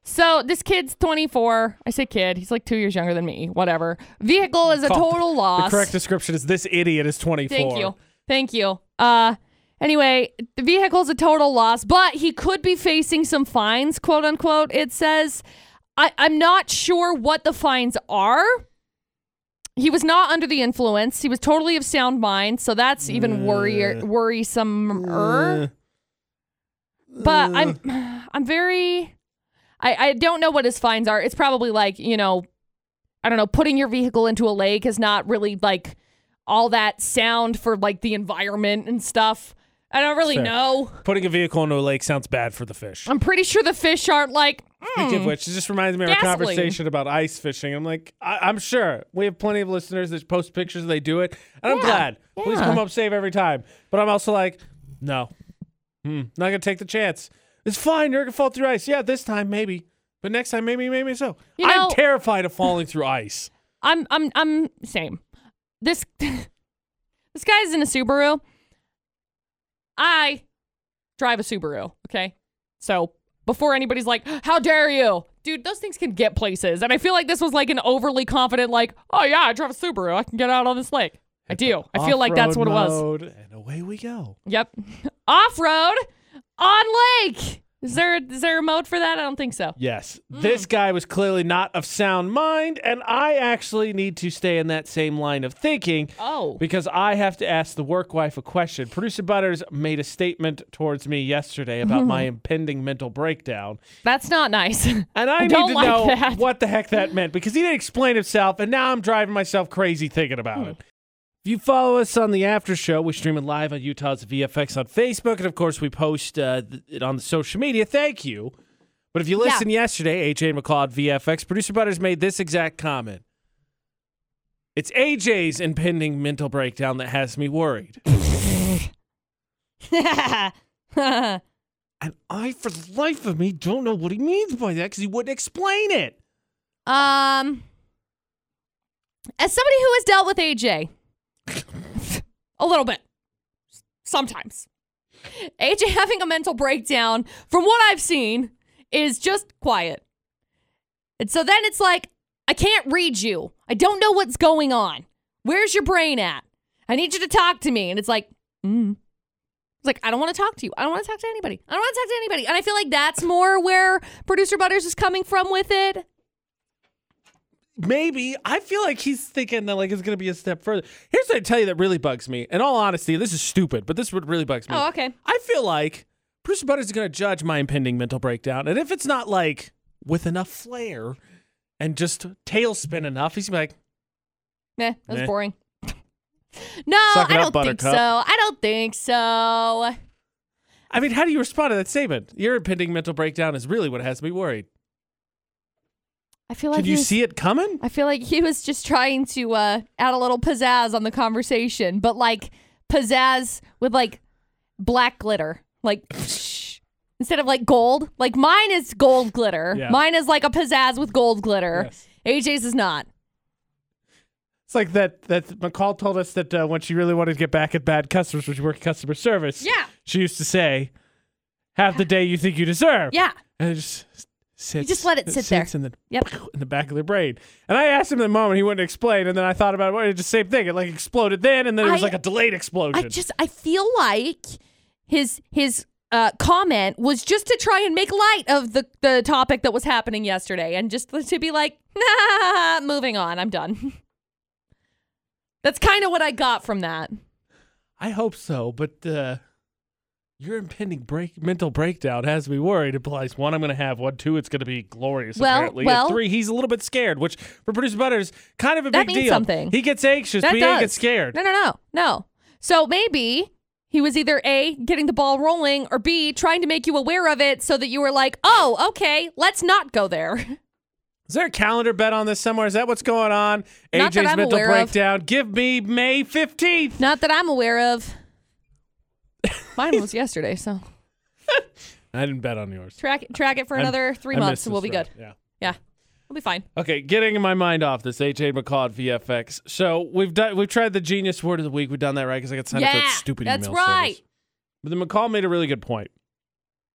[SPEAKER 2] So this kid's 24. I say kid. He's like two years younger than me. Whatever. Vehicle is a
[SPEAKER 1] Call-
[SPEAKER 2] total loss.
[SPEAKER 1] The correct description is this idiot is 24.
[SPEAKER 2] Thank you. Thank you. Uh anyway, the vehicle's a total loss, but he could be facing some fines, quote unquote. It says I, I'm not sure what the fines are. He was not under the influence. He was totally of sound mind, so that's even worry worrisome
[SPEAKER 1] Mm.
[SPEAKER 2] Er? but I'm I'm very I, I don't know what his fines are. It's probably like, you know, I don't know, putting your vehicle into a lake is not really like all that sound for like the environment and stuff. I don't really
[SPEAKER 1] Fair.
[SPEAKER 2] know.
[SPEAKER 1] Putting a vehicle into a lake sounds bad for the fish.
[SPEAKER 2] I'm pretty sure the fish aren't like
[SPEAKER 1] Speaking
[SPEAKER 2] Hmm.
[SPEAKER 1] of which, it just reminds me of
[SPEAKER 2] Gasoline.
[SPEAKER 1] a conversation about ice fishing. I'm like, I- I'm sure we have plenty of listeners that post pictures and they do it, and I'm glad. Please
[SPEAKER 2] Yeah.
[SPEAKER 1] come up safe every time. But I'm also like, no, Hmm, not gonna take the chance. It's fine. You're gonna fall through ice. Yeah, this time maybe, but next time maybe, maybe so.
[SPEAKER 2] You know-
[SPEAKER 1] I'm terrified of falling through ice.
[SPEAKER 2] I'm I'm I'm same. This this guy's in a Subaru. I drive a Subaru, okay? So before anybody's like, "How dare you?" Dude, those things can get places. And I feel like this was like an overly confident like, "Oh yeah, I drive a Subaru. I can get out on this lake." I do. I feel like that's what
[SPEAKER 1] Off-road
[SPEAKER 2] it was.
[SPEAKER 1] mode, And away we go.
[SPEAKER 2] Yep. Off-road on lake. Is there is there a mode for that? I don't think so.
[SPEAKER 1] Yes, this guy was clearly not of sound mind, and I actually need to stay in that same line of thinking.
[SPEAKER 2] Oh.
[SPEAKER 1] because I have to ask the work wife a question. Producer Butters made a statement towards me yesterday about my impending mental breakdown,
[SPEAKER 2] That's not nice.
[SPEAKER 1] and I, need
[SPEAKER 2] don't
[SPEAKER 1] to
[SPEAKER 2] like
[SPEAKER 1] know
[SPEAKER 2] that.
[SPEAKER 1] what the heck that meant because he didn't explain himself, and now I'm driving myself crazy thinking
[SPEAKER 2] Hmm.
[SPEAKER 1] about it. If you follow us on the after show, we stream it live on Utah's VFX on Facebook, and of course we post uh, th- it on the social media. Thank you. But if you
[SPEAKER 2] Yeah.
[SPEAKER 1] listen yesterday, AJ McCall at VFX, producer Butters made this exact comment. It's AJ's impending mental breakdown that has me worried. And I, for the life of me, don't know what he means by that because he wouldn't explain it.
[SPEAKER 2] Um, as somebody who has dealt with AJ a little bit, sometimes, AJ having a mental breakdown, from what I've seen, is just quiet. And so then it's like, I can't read you. I don't know what's going on. Where's your brain at? I need you to talk to me. And it's like, mm. It's like, I don't want to talk to you. I don't want to talk to anybody. I don't want to talk to anybody. And I feel like that's more where producer Butters is coming from with it.
[SPEAKER 1] Maybe. I feel like he's thinking that like it's gonna be a step further. Here's what I tell you that really bugs me. In all honesty, this is stupid, but this would really bugs me.
[SPEAKER 2] Oh, okay.
[SPEAKER 1] I feel like Bruce Butters is gonna judge my impending mental breakdown, and if it's not like with enough flair and just tailspin enough, he's gonna be like,
[SPEAKER 2] Meh, that's
[SPEAKER 1] Meh.
[SPEAKER 2] boring. no,
[SPEAKER 6] Suck it
[SPEAKER 2] I
[SPEAKER 6] up,
[SPEAKER 2] don't think so.
[SPEAKER 6] Buttercup.
[SPEAKER 2] I don't think so.
[SPEAKER 1] I mean, how do you respond to that statement? Your impending mental breakdown is really what has me worried.
[SPEAKER 2] I feel like
[SPEAKER 1] Can
[SPEAKER 2] he
[SPEAKER 1] you
[SPEAKER 2] was,
[SPEAKER 1] see it coming?
[SPEAKER 2] I feel like he was just trying to uh, add a little pizzazz on the conversation, but like pizzazz with like black glitter, like instead of like gold. Like mine is gold glitter.
[SPEAKER 1] Yeah.
[SPEAKER 2] Mine is like a pizzazz with gold glitter. AJ's is not.
[SPEAKER 1] It's like that that McCall told us that uh, when she really wanted to get back at bad customers when she worked customer service.
[SPEAKER 2] Yeah.
[SPEAKER 1] She used to say, "Have the day you think you deserve."
[SPEAKER 2] Yeah.
[SPEAKER 1] And it just sits.
[SPEAKER 2] just let it sit there.
[SPEAKER 1] sits In the,
[SPEAKER 2] Yep.
[SPEAKER 1] in the back of their brain. And I asked him the moment he wouldn't explain, and then I thought about it. Well, it's the same thing. It like exploded then, and then it was
[SPEAKER 2] I-
[SPEAKER 1] like a delayed explosion.
[SPEAKER 2] I just I feel like his his uh, comment was just to try and make light of the the topic that was happening yesterday, and just to be like, nah, moving on, I'm done. That's kind of what I got from that.
[SPEAKER 1] I hope so, but uh, your impending break mental breakdown has me worried. Implies one, I'm going to have one. Two, it's going to be glorious.
[SPEAKER 2] Well,
[SPEAKER 1] apparently.
[SPEAKER 2] well-
[SPEAKER 1] and three, he's a little bit scared, which for producer Butters, kind of a
[SPEAKER 2] That
[SPEAKER 1] big
[SPEAKER 2] means
[SPEAKER 1] deal.
[SPEAKER 2] something.
[SPEAKER 1] He gets anxious,
[SPEAKER 2] That
[SPEAKER 1] but he
[SPEAKER 2] does.
[SPEAKER 1] ain't get scared.
[SPEAKER 2] No, no, no, no. So maybe he was either a getting the ball rolling or b trying to make you aware of it so that you were like, oh, okay, let's not go there.
[SPEAKER 1] Is there a calendar bet on this somewhere? Is that what's going on?
[SPEAKER 2] Not
[SPEAKER 1] AJ's
[SPEAKER 2] that I'm
[SPEAKER 1] mental
[SPEAKER 2] aware of.
[SPEAKER 1] breakdown. Give me May 15th.
[SPEAKER 2] Not that I'm aware of. Mine was yesterday, so.
[SPEAKER 1] I didn't bet on yours.
[SPEAKER 2] track track it for another three
[SPEAKER 1] I
[SPEAKER 2] months
[SPEAKER 1] missed
[SPEAKER 2] and we'll be
[SPEAKER 1] this
[SPEAKER 2] good.
[SPEAKER 1] round. Yeah.
[SPEAKER 2] Yeah, we'll be fine.
[SPEAKER 1] Okay, getting my mind off this H.A. McCall at VFX. So we've done we've tried the genius word of the week. We've done that right because I got signed up for
[SPEAKER 2] Yeah,
[SPEAKER 1] that stupid
[SPEAKER 2] that's
[SPEAKER 1] email
[SPEAKER 2] right.
[SPEAKER 1] service. But then McCall made a really good point.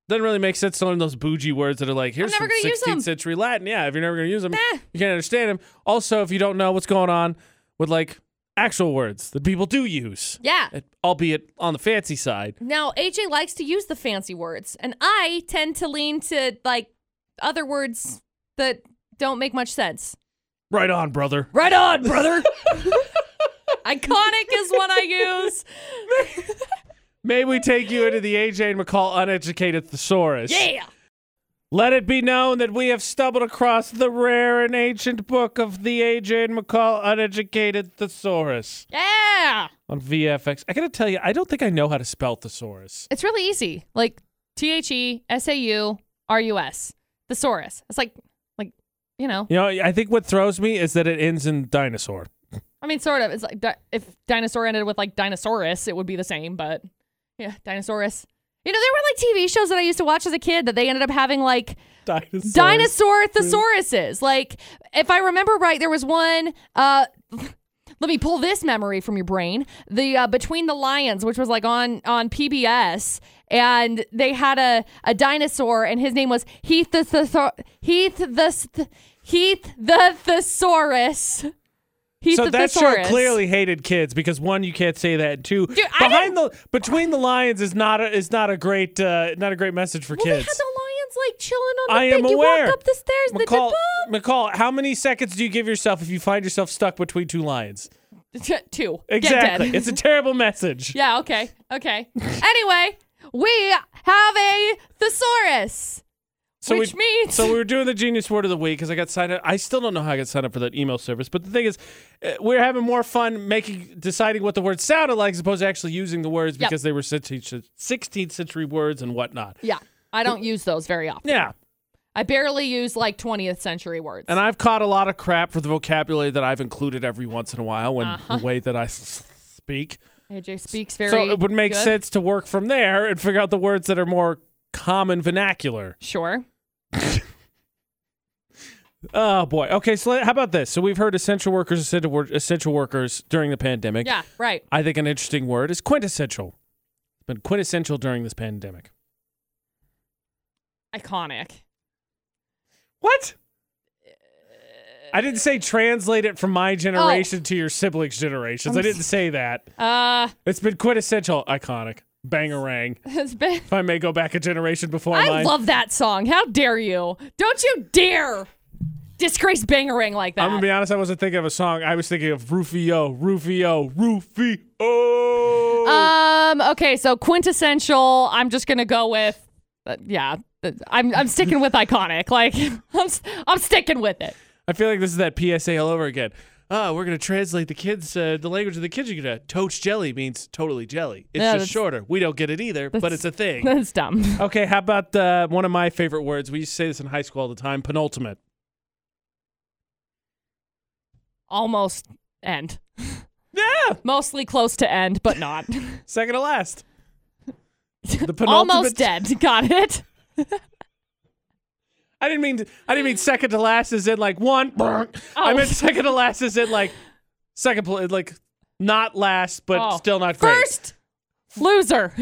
[SPEAKER 1] Doesn't really make sense to learn those bougie words that are like here's
[SPEAKER 2] never
[SPEAKER 1] some
[SPEAKER 2] gonna use Eh.
[SPEAKER 1] 16th
[SPEAKER 2] them.
[SPEAKER 1] century Latin. Yeah, if you're never going to use them,
[SPEAKER 2] Nah.
[SPEAKER 1] you can't understand them. Also, if you don't know what's going on with like actual words that people do use,
[SPEAKER 2] Yeah.
[SPEAKER 1] eh, albeit on the fancy side.
[SPEAKER 2] Now AJ likes to use the fancy words, and I tend to lean to like other words that don't make much sense.
[SPEAKER 1] Right on, brother.
[SPEAKER 2] Right on, brother. Iconic is what I use.
[SPEAKER 1] May we take you into the AJ and McCall uneducated thesaurus.
[SPEAKER 2] Yeah.
[SPEAKER 1] Let it be known that we have stumbled across the rare and ancient book of the AJ and McCall Uneducated Thesaurus
[SPEAKER 2] Yeah.
[SPEAKER 1] on VFX. I gotta tell you, I don't think I know how to spell thesaurus.
[SPEAKER 2] It's really easy. Like T H E S A U R U S. Thesaurus. It's like like you know.
[SPEAKER 1] You know, I think what throws me is that it ends in dinosaur.
[SPEAKER 2] I mean, sort of. It's like di- if dinosaur ended with like dinosaurus, it would be the same. But yeah, dinosaurus. You know, there were like TV shows that I used to watch as a kid that they ended up having like
[SPEAKER 1] Dinosaur.
[SPEAKER 2] dinosaur thesauruses. Like, if I remember right, there was one. Uh, let me pull this memory from your brain. The uh, Between the Lions, which was like on on PBS, and they had a a dinosaur, and his name was Heath the Thesau- Heath the Heath the thesaurus. Heath
[SPEAKER 1] So
[SPEAKER 2] the
[SPEAKER 1] that show
[SPEAKER 2] thesaurus.
[SPEAKER 1] clearly hated kids because one, you can't say that. And two,
[SPEAKER 2] I
[SPEAKER 1] behind the between the lions is not a, is not a great uh, not a great message for
[SPEAKER 2] Well, they had
[SPEAKER 1] kids.
[SPEAKER 2] the lions like chilling on the
[SPEAKER 1] I
[SPEAKER 2] thing.
[SPEAKER 1] am
[SPEAKER 2] you
[SPEAKER 1] aware.
[SPEAKER 2] walk up the stairs, and
[SPEAKER 1] McCall, McCall, how many seconds do you give yourself if you find yourself stuck between two lions?
[SPEAKER 2] the two. two. Get
[SPEAKER 1] Exactly.
[SPEAKER 2] dead.
[SPEAKER 1] It's a terrible message.
[SPEAKER 2] Yeah, okay. Okay. anyway, we have a thesaurus. which
[SPEAKER 1] we,
[SPEAKER 2] means
[SPEAKER 1] so we were doing the genius word of the week because I got signed up. I still don't know how I got signed up for that email service, but the thing is, uh, we're having more fun making deciding what the words sounded like as opposed to actually using the words
[SPEAKER 2] Yep.
[SPEAKER 1] because they were 16th, 16th century words and whatnot.
[SPEAKER 2] Yeah. I don't use those very often.
[SPEAKER 1] Yeah,
[SPEAKER 2] I barely use like 20th century words.
[SPEAKER 1] and I've caught a lot of crap for the vocabulary that I've included every once in a while when the way that I s- speak.
[SPEAKER 2] AJ speaks Uh-huh. very.
[SPEAKER 1] so it would make
[SPEAKER 2] good.
[SPEAKER 1] sense to work from there and figure out the words that are more common vernacular.
[SPEAKER 2] Sure.
[SPEAKER 1] Oh boy. Okay, so let- how about this? So we've heard essential workers, essential, wor- essential workers during the pandemic.
[SPEAKER 2] Yeah. Right.
[SPEAKER 1] I think an interesting word is quintessential. It's been quintessential during this pandemic.
[SPEAKER 2] Iconic.
[SPEAKER 1] What? I didn't say translate it from
[SPEAKER 2] Oh.
[SPEAKER 1] my generation to your siblings' generations. I
[SPEAKER 2] I'm s-
[SPEAKER 1] didn't say that.
[SPEAKER 2] Uh,
[SPEAKER 1] It's been quintessential, iconic, bangerang.
[SPEAKER 2] it's been.
[SPEAKER 1] If I may go back a generation before
[SPEAKER 2] I
[SPEAKER 1] mine.
[SPEAKER 2] love that song. How dare you? Don't you dare disgrace Bangerang like that.
[SPEAKER 1] I'm gonna be oh. honest. I wasn't thinking of a song. I was thinking of Rufio, Rufio, Rufio.
[SPEAKER 2] Um. Okay. So quintessential. I'm just gonna go with. Uh, yeah. uh, I'm I'm sticking with iconic. Like I'm s- I'm sticking with it.
[SPEAKER 1] I feel like this is that PSA all over again. Oh, we're gonna translate the kids, uh, the language of the kids. You're gonna toach jelly means totally jelly. It's just
[SPEAKER 2] Yeah, that's-
[SPEAKER 1] shorter. We don't get it either, but it's a thing.
[SPEAKER 2] That's dumb.
[SPEAKER 1] okay, how about uh, one of my favorite words? We used to say this in high school all the time. Penultimate.
[SPEAKER 2] Almost end.
[SPEAKER 1] Yeah,
[SPEAKER 2] Mostly close to end, but not.
[SPEAKER 1] second to last. The penultimate.
[SPEAKER 2] Almost dead. Got it.
[SPEAKER 1] I didn't mean. I didn't mean second to last is in like one. I meant second to last is in like second, pl- like not last, but
[SPEAKER 2] Oh.
[SPEAKER 1] still not great.
[SPEAKER 2] First loser.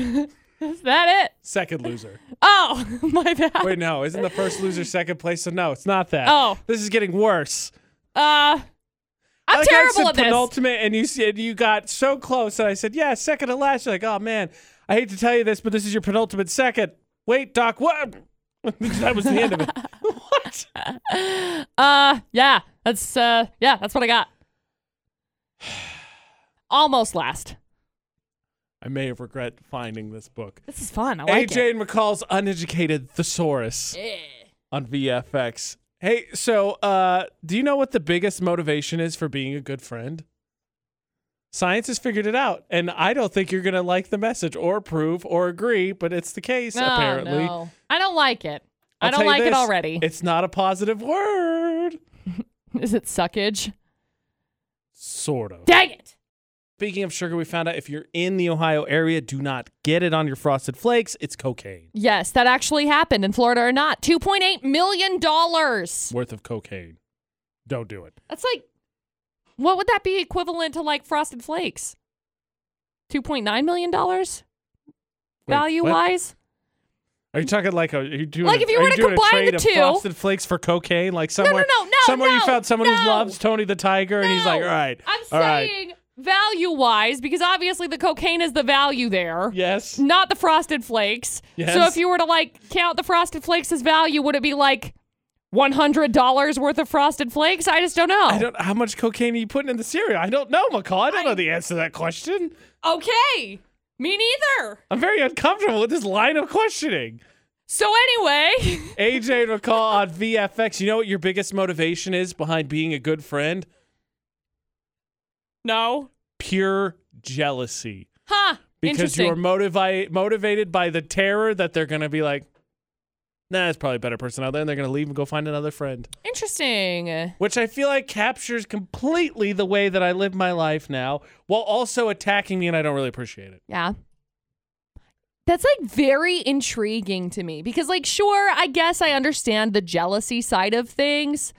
[SPEAKER 2] Is that it?
[SPEAKER 1] Second loser.
[SPEAKER 2] Oh, my bad.
[SPEAKER 1] Wait, no, isn't the first loser second place? So no, it's not that.
[SPEAKER 2] Oh.
[SPEAKER 1] this is getting worse.
[SPEAKER 2] Uh, I'm
[SPEAKER 1] Like, I
[SPEAKER 2] terrible
[SPEAKER 1] said
[SPEAKER 2] at this.
[SPEAKER 1] penultimate, and you said you got so close, and I said, yeah, second to last. You're like, oh man, I hate to tell you this, but this is your penultimate second. Wait, Doc, what? that was the end of it. what?
[SPEAKER 2] Uh, yeah, that's uh, yeah, that's what I got. Almost last.
[SPEAKER 1] I may have regret finding this book.
[SPEAKER 2] This is fun. I like
[SPEAKER 1] AJ and McCall's uneducated thesaurus.
[SPEAKER 2] it.
[SPEAKER 1] on VFX. Hey, so uh, do you know what the biggest motivation is for being a good friend? Science has figured it out, and I don't think you're gonna like the message or approve or agree, but it's the case
[SPEAKER 2] No,
[SPEAKER 1] apparently.
[SPEAKER 2] Oh, no. I don't like it.
[SPEAKER 1] I'll
[SPEAKER 2] I
[SPEAKER 1] tell
[SPEAKER 2] don't
[SPEAKER 1] you
[SPEAKER 2] like it
[SPEAKER 1] this,
[SPEAKER 2] already.
[SPEAKER 1] It's not a positive word.
[SPEAKER 2] Is it suckage?
[SPEAKER 1] Sort of.
[SPEAKER 2] Dang it!
[SPEAKER 1] Speaking of sugar, we found out if you're in the Ohio area, do not get it on your frosted flakes. It's cocaine.
[SPEAKER 2] Yes, that actually happened in Florida or not. Two point eight million dollars.
[SPEAKER 1] Worth of cocaine. Don't do it.
[SPEAKER 2] That's like, what would that be equivalent to like Frosted Flakes? Two point nine million dollars,
[SPEAKER 1] Wait, what?
[SPEAKER 2] value wise.
[SPEAKER 1] Are you talking like a? Are you doing
[SPEAKER 2] Like,
[SPEAKER 1] a-
[SPEAKER 2] if you
[SPEAKER 1] are
[SPEAKER 2] were to
[SPEAKER 1] doing a
[SPEAKER 2] combine
[SPEAKER 1] trade
[SPEAKER 2] the
[SPEAKER 1] of
[SPEAKER 2] two-
[SPEAKER 1] Frosted Flakes for cocaine, like
[SPEAKER 2] no,
[SPEAKER 1] somewhere,
[SPEAKER 2] no, no,
[SPEAKER 1] somewhere you
[SPEAKER 2] no,
[SPEAKER 1] found someone who
[SPEAKER 2] no.
[SPEAKER 1] loves Tony the Tiger, and he's like, all
[SPEAKER 2] No.
[SPEAKER 1] right,
[SPEAKER 2] I'm
[SPEAKER 1] all right,
[SPEAKER 2] saying value wise because obviously the cocaine is the value there.
[SPEAKER 1] yes,
[SPEAKER 2] Not the frosted flakes. So
[SPEAKER 1] Yes.
[SPEAKER 2] if you were to like count the frosted flakes as value, would it be like one hundred dollars worth of frosted flakes? I just don't know.
[SPEAKER 1] I don't. How much cocaine are you putting in the cereal? I don't know, McCall. I don't know the answer to that question.
[SPEAKER 2] okay. Me neither.
[SPEAKER 1] I'm very uncomfortable with this line of questioning.
[SPEAKER 2] So anyway,
[SPEAKER 1] AJ and McCall on VFX. You know what your biggest motivation is behind being a good friend?
[SPEAKER 2] no.
[SPEAKER 1] Pure jealousy.
[SPEAKER 2] Huh.
[SPEAKER 1] because
[SPEAKER 2] Interesting.
[SPEAKER 1] you're motivi- motivated by the terror that they're going to be like, nah, there's probably a better person out there, and they're going to leave and go find another friend.
[SPEAKER 2] Interesting.
[SPEAKER 1] Which I feel like captures completely the way that I live my life now, while also attacking me, and I don't really appreciate it.
[SPEAKER 2] Yeah. That's like very intriguing to me because, like, sure, I guess I understand the jealousy side of things,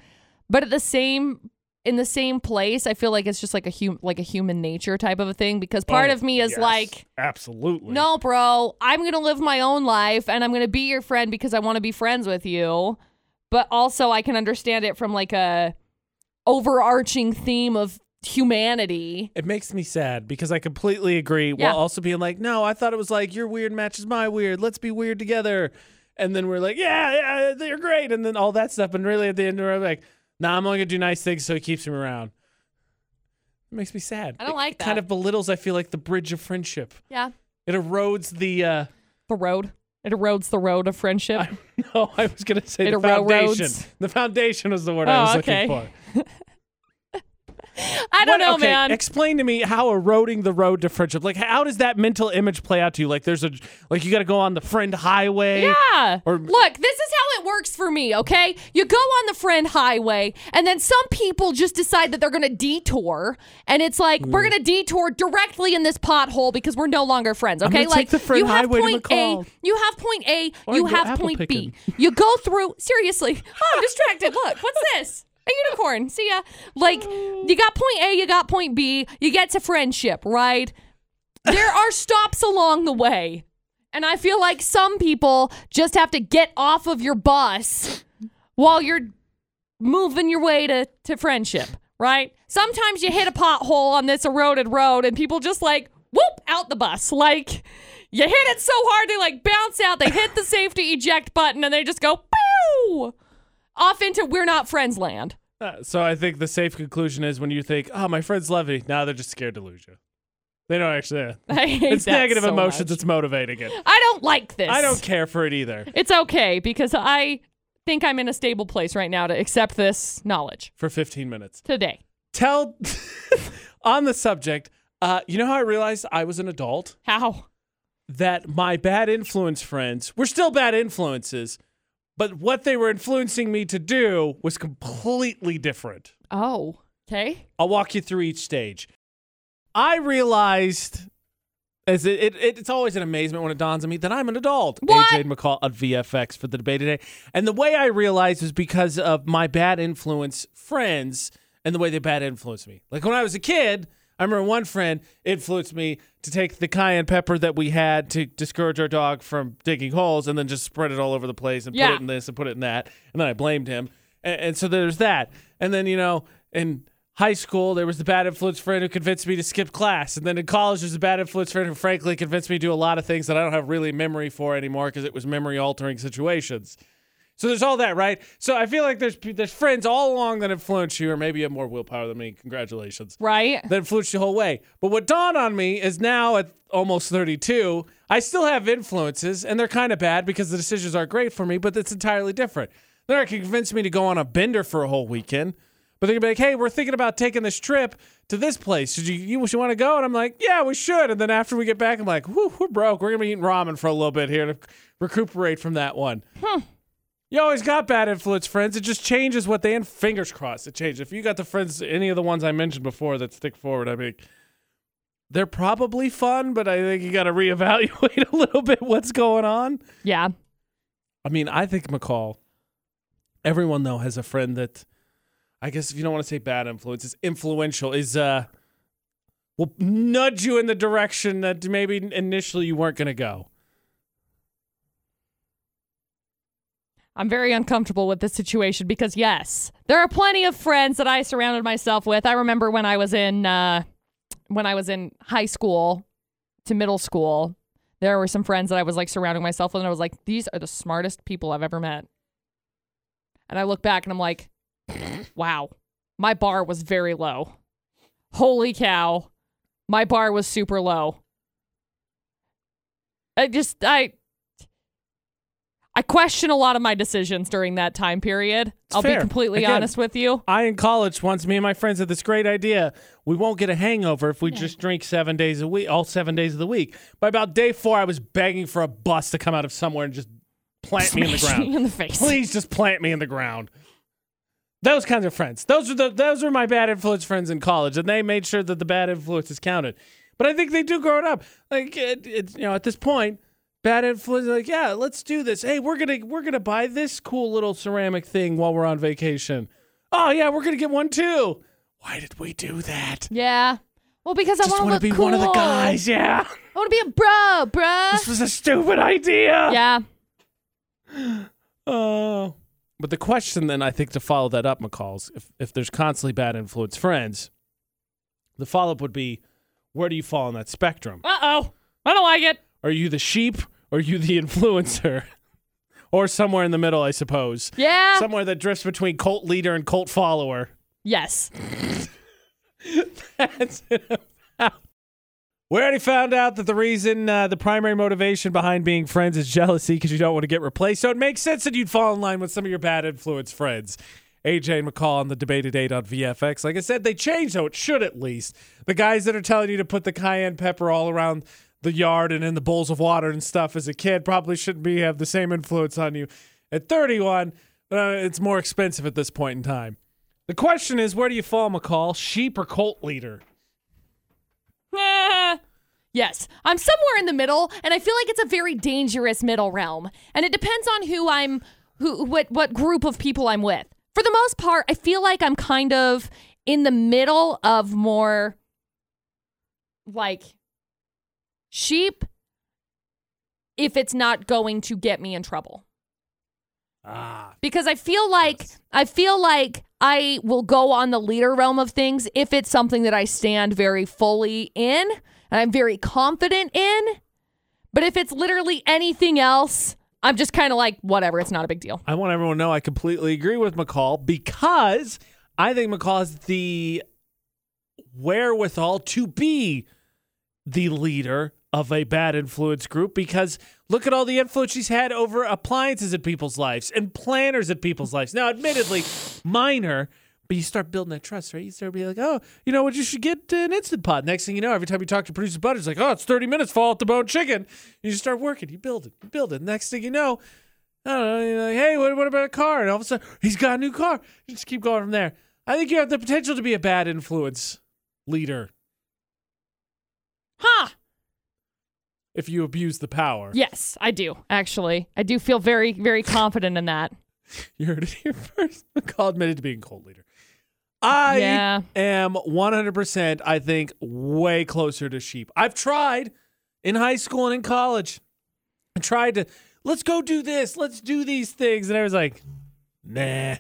[SPEAKER 2] but at the same in the same place, I feel like it's just like a hum- like a human nature type of a thing because part
[SPEAKER 1] Oh,
[SPEAKER 2] of me is
[SPEAKER 1] yes,
[SPEAKER 2] like,
[SPEAKER 1] absolutely
[SPEAKER 2] no, bro, I'm gonna live my own life and I'm gonna be your friend because I want to be friends with you, but also I can understand it from like a overarching theme of humanity.
[SPEAKER 1] It makes me sad because I completely agree,
[SPEAKER 2] Yeah.
[SPEAKER 1] while also being like, no, I thought it was like your weird matches my weird. Let's be weird together. And then we're like, yeah, yeah, they're great, and then all that stuff. And really, at the end, we're like, nah, I'm only gonna do nice things so he keeps him around. It makes me sad.
[SPEAKER 2] I don't
[SPEAKER 1] It-
[SPEAKER 2] like
[SPEAKER 1] It kind
[SPEAKER 2] that.
[SPEAKER 1] of belittles. I feel like the bridge of friendship.
[SPEAKER 2] Yeah,
[SPEAKER 1] It erodes the. uh
[SPEAKER 2] the road. It erodes the road of friendship.
[SPEAKER 1] No, I was gonna say
[SPEAKER 2] It
[SPEAKER 1] the
[SPEAKER 2] erodes.
[SPEAKER 1] foundation. The foundation was the word I
[SPEAKER 2] Oh,
[SPEAKER 1] was looking
[SPEAKER 2] okay.
[SPEAKER 1] for.
[SPEAKER 2] I don't know,
[SPEAKER 1] okay,
[SPEAKER 2] man.
[SPEAKER 1] Explain to me how eroding the road to friendship. Like, how does that mental image play out to you? Like, there's a like you got to go on the friend highway.
[SPEAKER 2] Yeah.
[SPEAKER 1] Or-
[SPEAKER 2] Look, this is how it works for me, okay? You go on the friend highway, and then some people just decide that they're going to detour. And it's like, we're
[SPEAKER 1] Mm.
[SPEAKER 2] going to detour directly in this pothole because we're no longer friends, okay?
[SPEAKER 1] gonna
[SPEAKER 2] like,
[SPEAKER 1] take the friend
[SPEAKER 2] you have
[SPEAKER 1] highway to
[SPEAKER 2] point
[SPEAKER 1] McCall.
[SPEAKER 2] A, you have point A, you
[SPEAKER 1] go
[SPEAKER 2] have
[SPEAKER 1] apple
[SPEAKER 2] point
[SPEAKER 1] picking.
[SPEAKER 2] B. You go through, seriously. Oh, I'm distracted. Look, what's this? A unicorn. See ya. Like, you got point A, you got point B, you get to friendship, right? There are stops along the way. And I feel like some people just have to get off of your bus while you're moving your way to, to friendship, right? Sometimes you hit a pothole on this eroded road and people just like whoop out the bus. Like you hit it so hard they like bounce out, they hit the safety eject button and they just go pew off into we're not friends land.
[SPEAKER 1] Uh, so I think the safe conclusion is when you think, "Oh, my friend's levity," now they're just scared to lose you. They don't actually.
[SPEAKER 2] I hate
[SPEAKER 1] it's
[SPEAKER 2] that
[SPEAKER 1] negative
[SPEAKER 2] so
[SPEAKER 1] emotions.
[SPEAKER 2] much.
[SPEAKER 1] It's motivating it.
[SPEAKER 2] I don't like this.
[SPEAKER 1] I don't care for it either.
[SPEAKER 2] It's okay because I think I'm in a stable place right now to accept this knowledge
[SPEAKER 1] For 15 minutes.
[SPEAKER 2] today.
[SPEAKER 1] Tell on the subject. Uh, you know how I realized I was an adult?
[SPEAKER 2] How?
[SPEAKER 1] that my bad influence friends were still bad influences, but what they were influencing me to do was completely different.
[SPEAKER 2] Oh, okay.
[SPEAKER 1] I'll walk you through each stage. I realized as it, it, it's always an amazement when it dawns on me that I'm an adult.
[SPEAKER 2] What?
[SPEAKER 1] AJ McCall on VFX for the debate today. And the way I realized was because of my bad influence friends and the way they bad influenced me. Like when I was a kid, I remember one friend influenced me to take the cayenne pepper that we had to discourage our dog from digging holes and then just spread it all over the place and put
[SPEAKER 2] Yeah.
[SPEAKER 1] it in this and put it in that. And then I blamed him. And, and so there's that. And then, you know, in high school, there was the bad influence friend who convinced me to skip class. And then in college, there's a bad influence friend who, frankly, convinced me to do a lot of things that I don't have really memory for anymore because it was memory altering situations. So there's all that, right? So I feel like there's pe- there's friends all along that influence you, or maybe you have more willpower than me. Congratulations
[SPEAKER 2] Right?
[SPEAKER 1] that influenced the whole way. But what dawned on me is now at almost 32, I still have influences, and they're kind of bad because the decisions aren't great for me, but it's entirely different. They're not going to convince me to go on a bender for a whole weekend, but they're going to be like, hey, we're thinking about taking this trip to this place. Should you, you, should want to go? And I'm like, yeah, we should. And then after we get back, I'm like, whoo, we're broke. We're going to be eating ramen for a little bit here to recuperate from that one. You always got bad influence friends. It just changes what they and fingers crossed it changes. If you got the friends, any of the ones I mentioned before that stick forward, I mean, they're probably fun, but I think you got to reevaluate a little bit what's going on.
[SPEAKER 2] Yeah.
[SPEAKER 1] I mean, I think McCall. Everyone though has a friend that, I guess if you don't want to say bad influence, is influential. Is uh, will nudge you in the direction that maybe initially you weren't going to go.
[SPEAKER 2] I'm very uncomfortable with this situation because, yes, there are plenty of friends that I surrounded myself with. I remember when I was in uh, when I was in high school to middle school, there were some friends that I was like surrounding myself with, and I was like, these are the smartest people I've ever met. And I look back and I'm like, wow, my bar was very low. Holy cow, my bar was super low. I just I I question a lot of my decisions during that time period. I'll
[SPEAKER 1] fair.
[SPEAKER 2] be completely
[SPEAKER 1] Again,
[SPEAKER 2] honest with you.
[SPEAKER 1] I in college once me and my friends had this great idea. We won't get a hangover if we just drink seven days a week, all seven days of the week. By about day four, I was begging for a bus to come out of somewhere and just plant me in the
[SPEAKER 2] Smash
[SPEAKER 1] ground.
[SPEAKER 2] me in the face.
[SPEAKER 1] Please just plant me in the ground. Those kinds of friends. Those are the those are my bad influence friends in college, and they made sure that the bad influence is counted. But I think they do grow it up. Like it, it's you know at this point, bad influence. Like yeah, let's do this. Hey, we're gonna we're gonna buy this cool little ceramic thing while we're on vacation. Oh yeah, we're gonna get one too. Why did we do that?
[SPEAKER 2] Yeah. Well, because I
[SPEAKER 1] Just
[SPEAKER 2] want to
[SPEAKER 1] want to
[SPEAKER 2] look
[SPEAKER 1] be
[SPEAKER 2] cool.
[SPEAKER 1] one of the guys. Yeah,
[SPEAKER 2] I want to be a bro, bro.
[SPEAKER 1] this was a stupid idea.
[SPEAKER 2] Yeah.
[SPEAKER 1] Oh. But the question then, I think, to follow that up, McCall's, if, if there's constantly bad influence friends, the follow up would be where do you fall on that spectrum?
[SPEAKER 2] Uh oh. I don't like it.
[SPEAKER 1] Are you the sheep or are you the influencer? or somewhere in the middle, I suppose.
[SPEAKER 2] Yeah.
[SPEAKER 1] Somewhere that drifts between cult leader and cult follower.
[SPEAKER 2] yes.
[SPEAKER 1] That's it. We already found out that the reason, uh, the primary motivation behind being friends is jealousy because you don't want to get replaced. So it makes sense that you'd fall in line with some of your bad influence friends. AJ and McCall on the debated eight on VFX. Like I said, they changed, so it should at least. The guys that are telling you to put the cayenne pepper all around the yard and in the bowls of water and stuff as a kid probably shouldn't be have the same influence on you at 31. But uh, it's more expensive at this point in time. The question is, where do you fall, McCall? Sheep or cult leader?
[SPEAKER 2] Eh. Yes, I'm somewhere in the middle, and I feel like it's a very dangerous middle realm. And it depends on who I'm, who, what, what group of people I'm with. For the most part, I feel like I'm kind of in the middle of more like sheep if it's not going to get me in trouble.
[SPEAKER 1] Ah,
[SPEAKER 2] Because I feel like I feel like I will go on the leader realm of things if it's something that I stand very fully in and I'm very confident in. But if it's literally anything else, I'm just kind of like whatever, it's not a big deal.
[SPEAKER 1] I want everyone to know I completely agree with McCall because I think McCall has the wherewithal to be the leader of a bad influence group because look at all the influence she's had over appliances in people's lives and planners in people's lives. Now, admittedly, minor. But you start building that trust, right? You start being like, oh, you know what? You should get an Instant Pot. Next thing you know, every time you talk to producer Butter, it's like, oh, it's 30 minutes, fall off the bone chicken. You just start working, you build it, you build it. Next thing you know, I don't know. You're like, hey, what, what about a car? And all of a sudden, he's got a new car. You just keep going from there. I think you have the potential to be a bad influence leader
[SPEAKER 2] Huh.
[SPEAKER 1] if you abuse the power.
[SPEAKER 2] Yes, I do, actually. I do feel very, very confident in that.
[SPEAKER 1] You heard it here first. McCall admitted to being cold leader. I
[SPEAKER 2] Yeah.
[SPEAKER 1] am 100%, I think, way closer to sheep. I've tried in high school and in college. I tried to, let's go do this, let's do these things. And I was like, nah,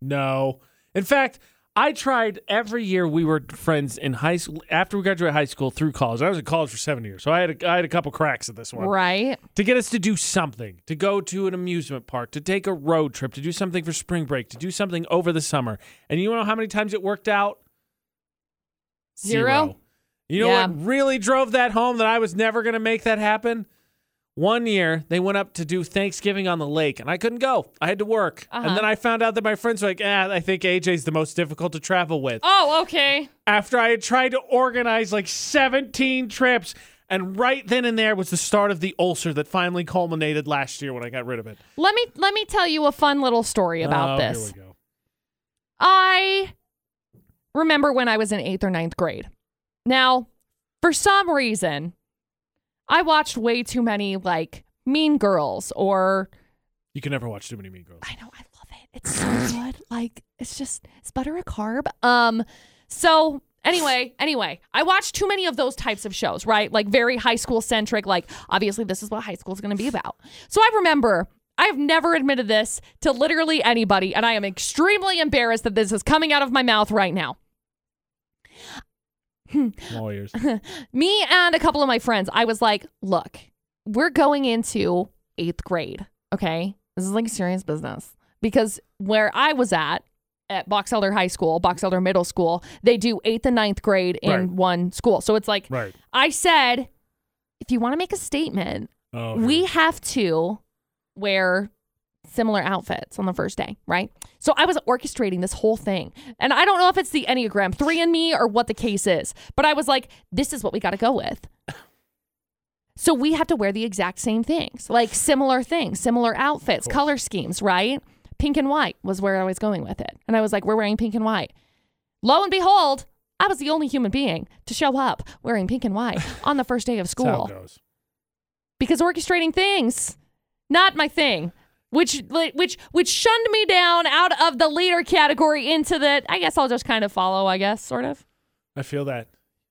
[SPEAKER 1] no. In fact, I tried every year we were friends in high school, after we graduated high school through college. I was in college for seven years, so I had a, I had a couple cracks at this one
[SPEAKER 2] Right?
[SPEAKER 1] to get us to do something, to go to an amusement park, to take a road trip, to do something for spring break, to do something over the summer. And you know how many times it worked out?
[SPEAKER 2] Zero?
[SPEAKER 1] You know
[SPEAKER 2] Yeah.
[SPEAKER 1] what really drove that home that I was never going to make that happen? One year they went up to do Thanksgiving on the lake and I couldn't go. I had to work.
[SPEAKER 2] Uh-huh.
[SPEAKER 1] And then I found out that my friends were like, ah, I think AJ's the most difficult to travel with
[SPEAKER 2] Oh, okay.
[SPEAKER 1] after I had tried to organize like 17 trips. And right then and there was the start of the ulcer that finally culminated last year when I got rid of it.
[SPEAKER 2] Let me let me tell you a fun little story about
[SPEAKER 1] Oh,
[SPEAKER 2] this.
[SPEAKER 1] Here we go.
[SPEAKER 2] I remember when I was in eighth or ninth grade. Now, for some reason, I watched way too many like Mean Girls or
[SPEAKER 1] You can never watch too many Mean Girls.
[SPEAKER 2] I know I love it. It's so good. Like it's just it's butter a carb. Um so anyway, anyway, I watched too many of those types of shows, right? Like very high school centric, like obviously this is what high school is going to be about. So I remember I've never admitted this to literally anybody and I am extremely embarrassed that this is coming out of my mouth right now.
[SPEAKER 1] Lawyers.
[SPEAKER 2] me and a couple of my friends, I was like, look, we're going into eighth grade. Okay. This is like serious business because where I was at, at Box Elder High School, Box Elder Middle School, they do eighth and ninth grade in
[SPEAKER 1] Right.
[SPEAKER 2] one school. So it's like,
[SPEAKER 1] right.
[SPEAKER 2] I said, if you want to make a statement,
[SPEAKER 1] Oh,
[SPEAKER 2] we have to wear similar outfits on the first day, right? So I was orchestrating this whole thing. And I don't know if it's the Enneagram 3 in me or what the case is, but I was like, this is what we got to go with. So we have to wear the exact same things, like similar things, similar outfits, color schemes, right? Pink and white was where I was going with it. And I was like, we're wearing pink and white. Lo and behold, I was the only human being to show up wearing pink and white on the first day of
[SPEAKER 1] That's how
[SPEAKER 2] school
[SPEAKER 1] it goes.
[SPEAKER 2] because orchestrating things not my thing which like, which which shunned me down out of the leader category into the i guess i'll just kind of follow i guess sort of
[SPEAKER 1] I feel that.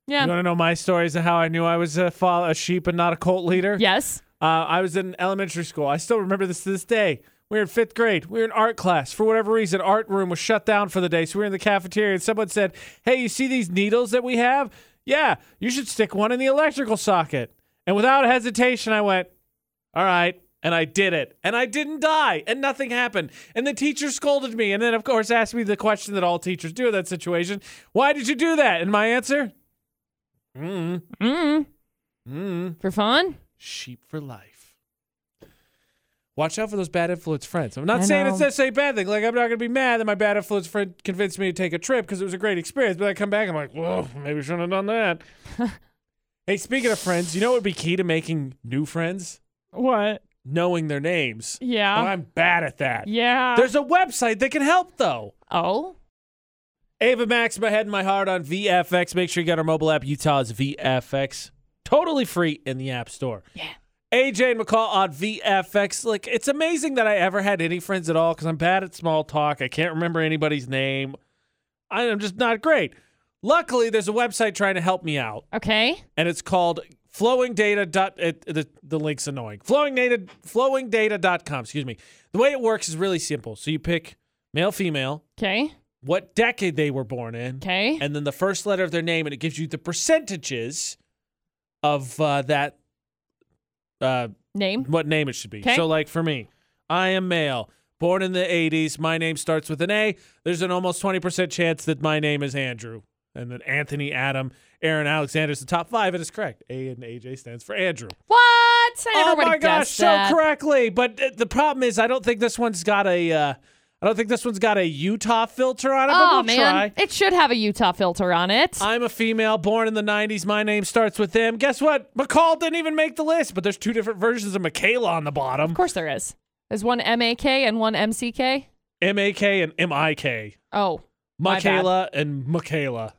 [SPEAKER 2] yeah
[SPEAKER 1] You want to know my stories of how I knew I was a, fo- a sheep and not a cult leader?
[SPEAKER 2] yes
[SPEAKER 1] Uh, I was in elementary school. I still remember this to this day. We were in fifth grade. We were in art class. For whatever reason, art room was shut down for the day. So we were in the cafeteria, and someone said, Hey, you see these needles that we have? Yeah, you should stick one in the electrical socket. And without hesitation, I went, All right. And I did it. And I didn't die. And nothing happened. And the teacher scolded me. And then, of course, asked me the question that all teachers do in that situation Why did you do that? And my answer, Mm,
[SPEAKER 2] mm
[SPEAKER 1] mm,
[SPEAKER 2] for fun
[SPEAKER 1] sheep for life. Watch out for those bad influence friends. I'm not
[SPEAKER 2] I
[SPEAKER 1] saying it's
[SPEAKER 2] know.
[SPEAKER 1] necessarily a bad thing. Like, I'm not going to be mad that my bad influence friend convinced me to take a trip because it was a great experience. But I come back, I'm like, whoa, maybe I shouldn't have done that. hey, speaking of friends, you know what would be key to making new friends?
[SPEAKER 3] What?
[SPEAKER 1] Knowing their names.
[SPEAKER 2] Yeah.
[SPEAKER 1] And I'm bad at that.
[SPEAKER 2] yeah.
[SPEAKER 1] There's a website that can help, though.
[SPEAKER 2] oh.
[SPEAKER 1] Ava Max, my head and my heart on VFX. Make sure you got our mobile app, Utah's VFX. Totally free in the App Store. Yeah. AJ and McCall on VFX. Like, it's amazing that I ever had any friends at all because I'm bad at small talk. I can't remember anybody's name. I- I'm just not great. Luckily, there's a website trying to help me out,
[SPEAKER 2] Okay.
[SPEAKER 1] and it's called flowingdata. Dot, it, the, the link's annoying. Flowingdata, flowingdata.com, excuse me. The way it works is really simple. So you pick male, female,
[SPEAKER 2] Okay.
[SPEAKER 1] what decade they were born in,
[SPEAKER 2] Okay.
[SPEAKER 1] and then the first letter of their name, and it gives you the percentages of uh, that uh,
[SPEAKER 2] Name.
[SPEAKER 1] what name it should be.
[SPEAKER 2] Okay.
[SPEAKER 1] So, like for me, I am male, born in the '80s. My name starts with an A. There's an almost 20% chance that my name is Andrew, and that Anthony, Adam, Aaron, Alexander is the top five. It is correct. A and AJ stands for Andrew.
[SPEAKER 2] What? I never
[SPEAKER 1] oh
[SPEAKER 2] would've
[SPEAKER 1] my gosh,
[SPEAKER 2] guessed
[SPEAKER 1] so
[SPEAKER 2] that.
[SPEAKER 1] correctly. But uh, the problem is, I don't think this one's got a. Uh, I don't think this one's got a Utah filter on it. but
[SPEAKER 2] Oh
[SPEAKER 1] we'll
[SPEAKER 2] man,
[SPEAKER 1] try. Um,
[SPEAKER 2] it should have a Utah filter on it.
[SPEAKER 1] I'm a female born in the 90s. My name starts with M. Guess what? McCall didn't even make the list, but there's two different versions of Michaela on the
[SPEAKER 2] of
[SPEAKER 1] bottom
[SPEAKER 2] course there is. There's one M A K and one M C K.
[SPEAKER 1] M A K and M I K.
[SPEAKER 2] Oh, My bad.
[SPEAKER 1] Michaela and Michaela.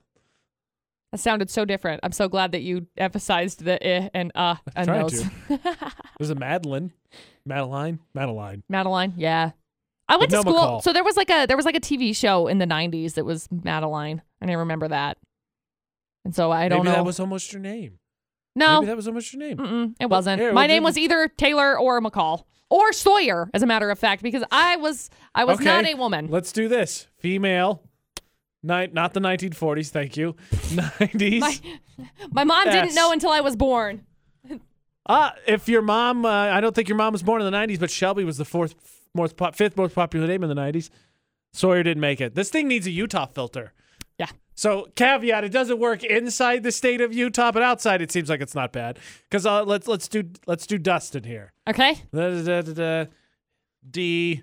[SPEAKER 2] that sounded so different. I'm so glad that you emphasized the eh and uh and
[SPEAKER 1] tried
[SPEAKER 2] those.
[SPEAKER 1] There's a Madeline. Madeline? Madeline.
[SPEAKER 2] Madeline, yeah. I went
[SPEAKER 1] But
[SPEAKER 2] to
[SPEAKER 1] no
[SPEAKER 2] school,
[SPEAKER 1] McCall.
[SPEAKER 2] so there was like a there was like a TV show in the '90s that was Madeline. I didn't remember that, and so I don't
[SPEAKER 1] Maybe
[SPEAKER 2] know.
[SPEAKER 1] that was almost your name.
[SPEAKER 2] no,
[SPEAKER 1] Maybe that was almost your name.
[SPEAKER 2] Mm-mm, it wasn't.
[SPEAKER 1] here,
[SPEAKER 2] My
[SPEAKER 1] well,
[SPEAKER 2] name
[SPEAKER 1] then-
[SPEAKER 2] was either Taylor or McCall or Sawyer, as a matter of fact, because I was I was not a woman.
[SPEAKER 1] Let's do this. Female. Ni- not the 1940s, thank you. 90s.
[SPEAKER 2] My, my mom
[SPEAKER 1] Yes.
[SPEAKER 2] didn't know until I was born.
[SPEAKER 1] Uh, if your mom, uh, I don't think your mom was born in the 90s, but Shelby was the fourth, most pop, fifth most popular name in the 90s. Sawyer didn't make it. This thing needs a Utah filter.
[SPEAKER 2] Yeah.
[SPEAKER 1] So caveat: it doesn't work inside the state of Utah, but outside it seems like it's not bad. Because uh, let's let's do let's do Dustin here.
[SPEAKER 2] Okay.
[SPEAKER 1] Da, da, da, da, da. D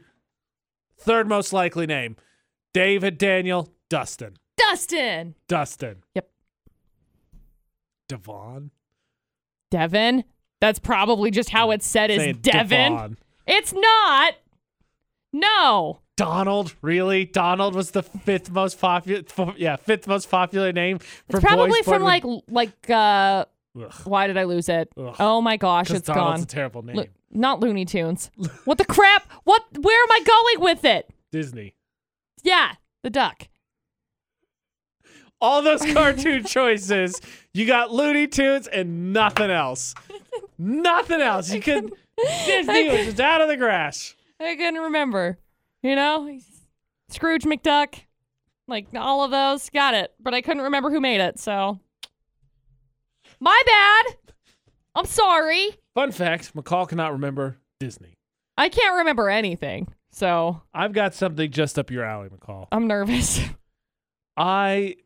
[SPEAKER 1] third most likely name: David Daniel Dustin
[SPEAKER 2] Dustin,
[SPEAKER 1] Dustin.
[SPEAKER 2] Yep.
[SPEAKER 1] Devon.
[SPEAKER 2] Devin. That's probably just how it's said is
[SPEAKER 1] Saying
[SPEAKER 2] Devin.
[SPEAKER 1] Devon.
[SPEAKER 2] It's not. No.
[SPEAKER 1] Donald, really? Donald was the fifth most popular, yeah, fifth most popular name for
[SPEAKER 2] It's probably
[SPEAKER 1] boys born
[SPEAKER 2] from like like uh
[SPEAKER 1] with- Ugh,
[SPEAKER 2] why did I lose it?
[SPEAKER 1] Ugh.
[SPEAKER 2] Oh my gosh,
[SPEAKER 1] 'cause
[SPEAKER 2] it's
[SPEAKER 1] Donald's
[SPEAKER 2] gone.
[SPEAKER 1] a terrible name.
[SPEAKER 2] Lo- not Looney Tunes. what the crap? What where am I going with it?
[SPEAKER 1] Disney.
[SPEAKER 2] Yeah, the duck.
[SPEAKER 1] All those cartoon choices, you got Looney Tunes and nothing else. nothing else. You could Disney was just out of the grass.
[SPEAKER 2] I couldn't remember. You know? Scrooge McDuck. Like all of those. Got it. But I couldn't remember who made it, so My bad. I'm sorry.
[SPEAKER 1] Fun fact: McCall cannot remember Disney.
[SPEAKER 2] I can't remember anything. So
[SPEAKER 1] I've got something just up your alley, McCall.
[SPEAKER 2] I'm nervous.
[SPEAKER 1] I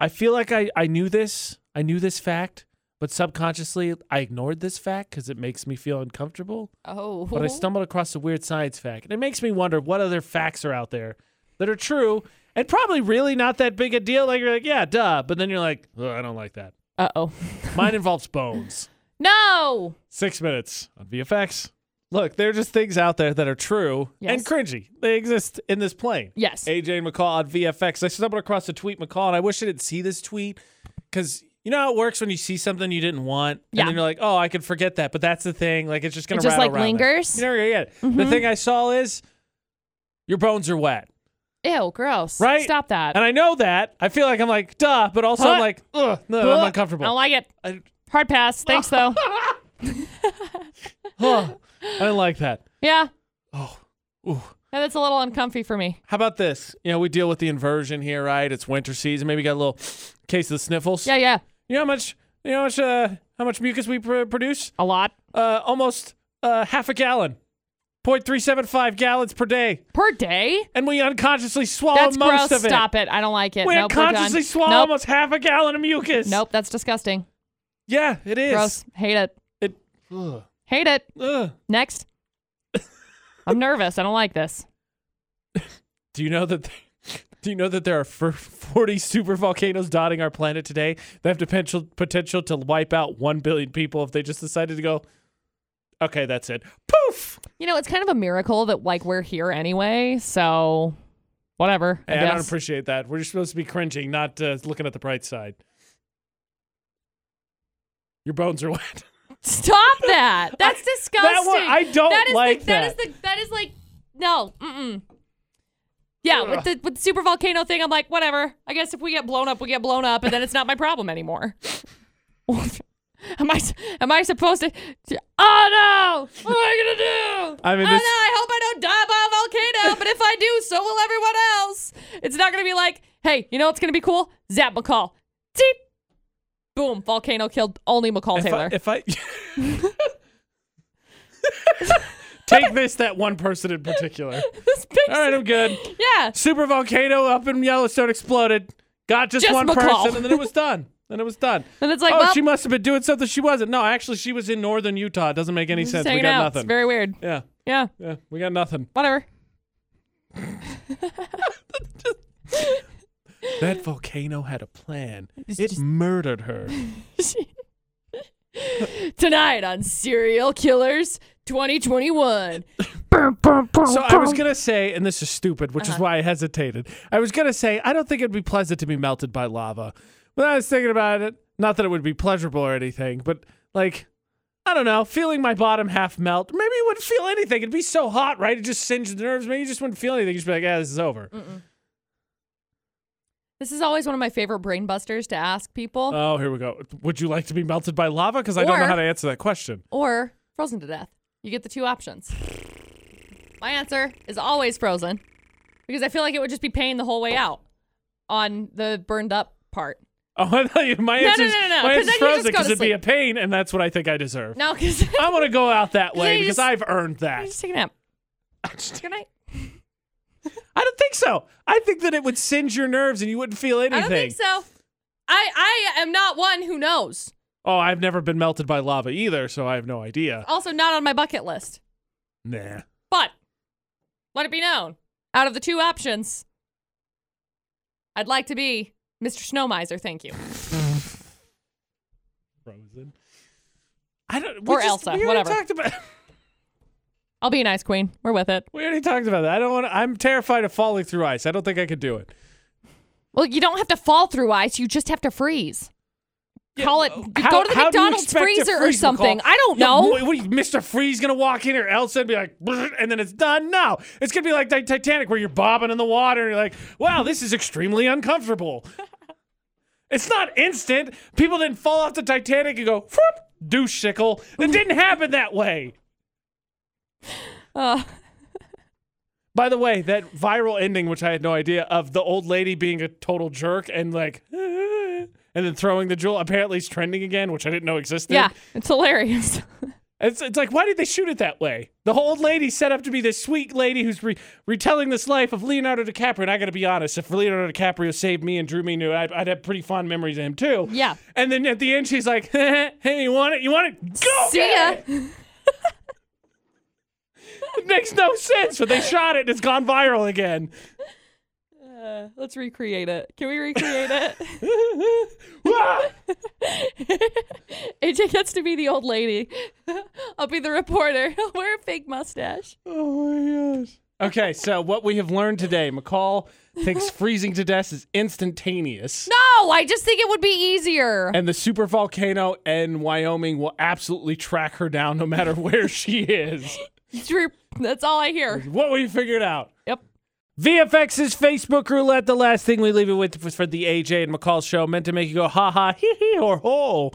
[SPEAKER 1] I feel like I I knew this. I knew this fact, but subconsciously I ignored this fact because it makes me feel uncomfortable.
[SPEAKER 2] Oh.
[SPEAKER 1] But I stumbled across a weird science fact, and it makes me wonder what other facts are out there that are true and probably really not that big a deal. Like you're like, yeah, duh, but then you're like, "Ugh, I don't like that.
[SPEAKER 2] Uh oh.
[SPEAKER 1] Mine involves bones.
[SPEAKER 2] No.
[SPEAKER 1] Six minutes on VFX. Look, there are just things out there that are true and
[SPEAKER 2] Yes.
[SPEAKER 1] cringy. They exist in this plane.
[SPEAKER 2] Yes.
[SPEAKER 1] AJ and McCall on VFX. I stumbled across a tweet, McCall, and I wish I didn't see this tweet because you know how it works when you see something you didn't want,
[SPEAKER 2] Yeah.
[SPEAKER 1] and then you're like, "Oh, I could forget that," but that's the thing. Like it's just gonna
[SPEAKER 2] It just,
[SPEAKER 1] rattle
[SPEAKER 2] like,
[SPEAKER 1] around there.
[SPEAKER 2] lingers? Mm-hmm.
[SPEAKER 1] You never gonna get it. The thing I saw is your bones are wet,
[SPEAKER 2] Ew, gross.
[SPEAKER 1] Right?
[SPEAKER 2] Stop that.
[SPEAKER 1] and I know that. I feel like I'm like, "Duh," but also I'm
[SPEAKER 2] Huh?
[SPEAKER 1] like, "Ugh, no,
[SPEAKER 2] Ugh.
[SPEAKER 1] I'm
[SPEAKER 2] I don't
[SPEAKER 1] uncomfortable."
[SPEAKER 2] like it.
[SPEAKER 1] I,
[SPEAKER 2] Hard pass. Thanks though.
[SPEAKER 1] Ugh. I don't like that.
[SPEAKER 2] yeah.
[SPEAKER 1] Oh, ooh.
[SPEAKER 2] Yeah, that's a little uncomfy for me.
[SPEAKER 1] How about this? You know, we deal with the inversion here, right? It's winter season. Maybe you got a little case of the sniffles.
[SPEAKER 2] Yeah, yeah.
[SPEAKER 1] You know how much? You know how much? Uh, how much mucus we pr- produce?
[SPEAKER 2] A lot.
[SPEAKER 1] Uh, almost uh, half a gallon, 0.375 gallons per day,
[SPEAKER 2] Per day?
[SPEAKER 1] and we unconsciously swallow
[SPEAKER 2] That's
[SPEAKER 1] Oh, most
[SPEAKER 2] gross.
[SPEAKER 1] of it.
[SPEAKER 2] Stop it. I don't like it.
[SPEAKER 1] We
[SPEAKER 2] nope, we're
[SPEAKER 1] unconsciously
[SPEAKER 2] done.
[SPEAKER 1] swallow
[SPEAKER 2] nope.
[SPEAKER 1] almost half a gallon of mucus.
[SPEAKER 2] Nope, that's disgusting.
[SPEAKER 1] Yeah, it is.
[SPEAKER 2] Gross. Hate it.
[SPEAKER 1] It. Ugh.
[SPEAKER 2] Hate it.
[SPEAKER 1] Ugh.
[SPEAKER 2] Next. I'm nervous. I don't like this.
[SPEAKER 1] Do you know that? do you know that there are fir- 40 super volcanoes dotting our planet today? They have the potential potential to wipe out one billion people if they just decided to go. Okay, that's it. Poof.
[SPEAKER 2] You know, it's kind of a miracle that like we're here anyway. So, whatever. I
[SPEAKER 1] Hey, I, don't
[SPEAKER 2] guess.
[SPEAKER 1] appreciate that. We're just supposed to be cringing, not uh, looking at the bright side. Your bones are wet.
[SPEAKER 2] Stop that. That's disgusting.
[SPEAKER 1] that one- I don't
[SPEAKER 2] That is the-
[SPEAKER 1] like
[SPEAKER 2] That is the. That is like no. Mm-mm. Yeah, with the with the super volcano thing, I'm like, whatever. I guess if we get blown up, we get blown up, and then it's not my problem anymore. am I am I supposed to? Oh no! What am I gonna do?
[SPEAKER 1] I mean,
[SPEAKER 2] oh
[SPEAKER 1] this-
[SPEAKER 2] no! I hope I don't die by a volcano, but if I do, so will everyone else. It's not gonna be like, hey, you know what's gonna be cool? Zap McCall. Deep. Boom! Volcano killed only McCall Taylor.
[SPEAKER 1] If I, if I- take this, that one person in particular.
[SPEAKER 2] This big-
[SPEAKER 1] All right, I'm good.
[SPEAKER 2] yeah.
[SPEAKER 1] Super volcano up in Yellowstone exploded. Got just,
[SPEAKER 2] Just
[SPEAKER 1] one
[SPEAKER 2] McCall.
[SPEAKER 1] person, and then it was done. Then it was done.
[SPEAKER 2] And it's like,
[SPEAKER 1] oh,
[SPEAKER 2] well,
[SPEAKER 1] she must have been doing something she wasn't. No, actually, she was in northern Utah. It doesn't make any
[SPEAKER 2] just
[SPEAKER 1] sense. We
[SPEAKER 2] hanging
[SPEAKER 1] got
[SPEAKER 2] out. It's
[SPEAKER 1] nothing.
[SPEAKER 2] very weird.
[SPEAKER 1] yeah,
[SPEAKER 2] Yeah,
[SPEAKER 1] yeah, we got nothing.
[SPEAKER 2] whatever.
[SPEAKER 1] That volcano had a plan.
[SPEAKER 2] It's
[SPEAKER 1] it
[SPEAKER 2] just-
[SPEAKER 1] murdered her.
[SPEAKER 2] Tonight on Serial Killers 2021. Oh,
[SPEAKER 1] So I was gonna say, and this is stupid, which
[SPEAKER 2] Uh-huh.
[SPEAKER 1] is why I hesitated. I was gonna say I don't think it'd be pleasant to be melted by lava, but I was thinking about it. Not that it would be pleasurable or anything, but like, I don't know, feeling my bottom half melt. Maybe you wouldn't feel anything. It'd be so hot, right? It just singed the nerves. Maybe you just wouldn't feel anything. You'd just be like, yeah, this is over.
[SPEAKER 2] Mm. This is always one of my favorite brain busters to ask people,
[SPEAKER 1] Oh, here we go. Would you like to be melted by lava? Because I don't know
[SPEAKER 2] Or-
[SPEAKER 1] how to answer that question.
[SPEAKER 2] or frozen to death. You get the two options. My answer is always frozen because I feel like it would just be pain the whole way out on the burned up part.
[SPEAKER 1] Oh, I thought you, my
[SPEAKER 2] no,
[SPEAKER 1] answer
[SPEAKER 2] no, no, no,
[SPEAKER 1] my
[SPEAKER 2] 'cause
[SPEAKER 1] answer's
[SPEAKER 2] then you just
[SPEAKER 1] frozen
[SPEAKER 2] go to
[SPEAKER 1] because it'd be
[SPEAKER 2] sleep.
[SPEAKER 1] a pain, and that's what I think I deserve.
[SPEAKER 2] No, because I
[SPEAKER 1] I want to go out that
[SPEAKER 2] then
[SPEAKER 1] way
[SPEAKER 2] you
[SPEAKER 1] because
[SPEAKER 2] just-
[SPEAKER 1] I've earned that.
[SPEAKER 2] just take a nap. Good night.
[SPEAKER 1] I don't think so. I think that it would singe your nerves and you wouldn't feel anything.
[SPEAKER 2] I don't think so. I I am not one who knows.
[SPEAKER 1] Oh, I've never been melted by lava either, so I have no idea.
[SPEAKER 2] Also, not on my bucket list.
[SPEAKER 1] Nah.
[SPEAKER 2] But let it be known, out of the two options, I'd like to be Mr. Snowmiser, thank you.
[SPEAKER 1] Frozen. I don't. we
[SPEAKER 2] Or
[SPEAKER 1] just-
[SPEAKER 2] Elsa,
[SPEAKER 1] We already
[SPEAKER 2] whatever.
[SPEAKER 1] Talked about,
[SPEAKER 2] I'll be an ice queen. We're with it.
[SPEAKER 1] we already talked about that. I don't want. I'm terrified of falling through ice. I don't think I could do it.
[SPEAKER 2] Well, you don't have to fall through ice, you just have to freeze. Call it
[SPEAKER 1] How-
[SPEAKER 2] go to
[SPEAKER 1] how
[SPEAKER 2] the
[SPEAKER 1] do you
[SPEAKER 2] McDonald's
[SPEAKER 1] expect to
[SPEAKER 2] freezer or
[SPEAKER 1] freeze,
[SPEAKER 2] something.
[SPEAKER 1] McCall?
[SPEAKER 2] I don't
[SPEAKER 1] Yeah,
[SPEAKER 2] know.
[SPEAKER 1] what- what, Mr. Freeze gonna walk in here, Elsa, and be like, "Brrr," and then it's done. No, it's gonna be like the Titanic where you're bobbing in the water and you're like, wow, this is extremely uncomfortable. it's not instant. People didn't fall off the Titanic and go, "Whoop, douche sickle. It didn't happen that way.
[SPEAKER 2] Uh,
[SPEAKER 1] By the way, that viral ending, which I had no idea of, the old lady being a total jerk and like, and then throwing the jewel, apparently it's trending again, which I didn't know existed.
[SPEAKER 2] yeah, it's hilarious.
[SPEAKER 1] It's, it's like, why did they shoot it that way? The whole old lady set up to be this sweet lady who's re- retelling this life of Leonardo DiCaprio. And I got to be honest, if Leonardo DiCaprio saved me and drew me new, I'd, I'd have pretty fond memories of him too.
[SPEAKER 2] Yeah.
[SPEAKER 1] And then at the end, she's like, hey, you want it? You want it? Go!
[SPEAKER 2] See
[SPEAKER 1] get
[SPEAKER 2] ya.
[SPEAKER 1] It! It makes no sense, but they shot it and it's gone viral again.
[SPEAKER 2] Uh, let's recreate it. Can we recreate it?
[SPEAKER 1] Ah!
[SPEAKER 2] AJ gets to be the old lady. I'll be the reporter. I'll wear a fake mustache.
[SPEAKER 1] Oh my gosh. Okay, so what we have learned today McCall thinks freezing to death is instantaneous.
[SPEAKER 2] No, I just think it would be easier.
[SPEAKER 1] And the super volcano in Wyoming will absolutely track her down no matter where she is.
[SPEAKER 2] Droop. That's all I hear.
[SPEAKER 1] What we figured out.
[SPEAKER 2] Yep.
[SPEAKER 1] VFX's Facebook roulette, the last thing we leave you with was for the AJ and McCall show, meant to make you go ha ha hee hee or ho.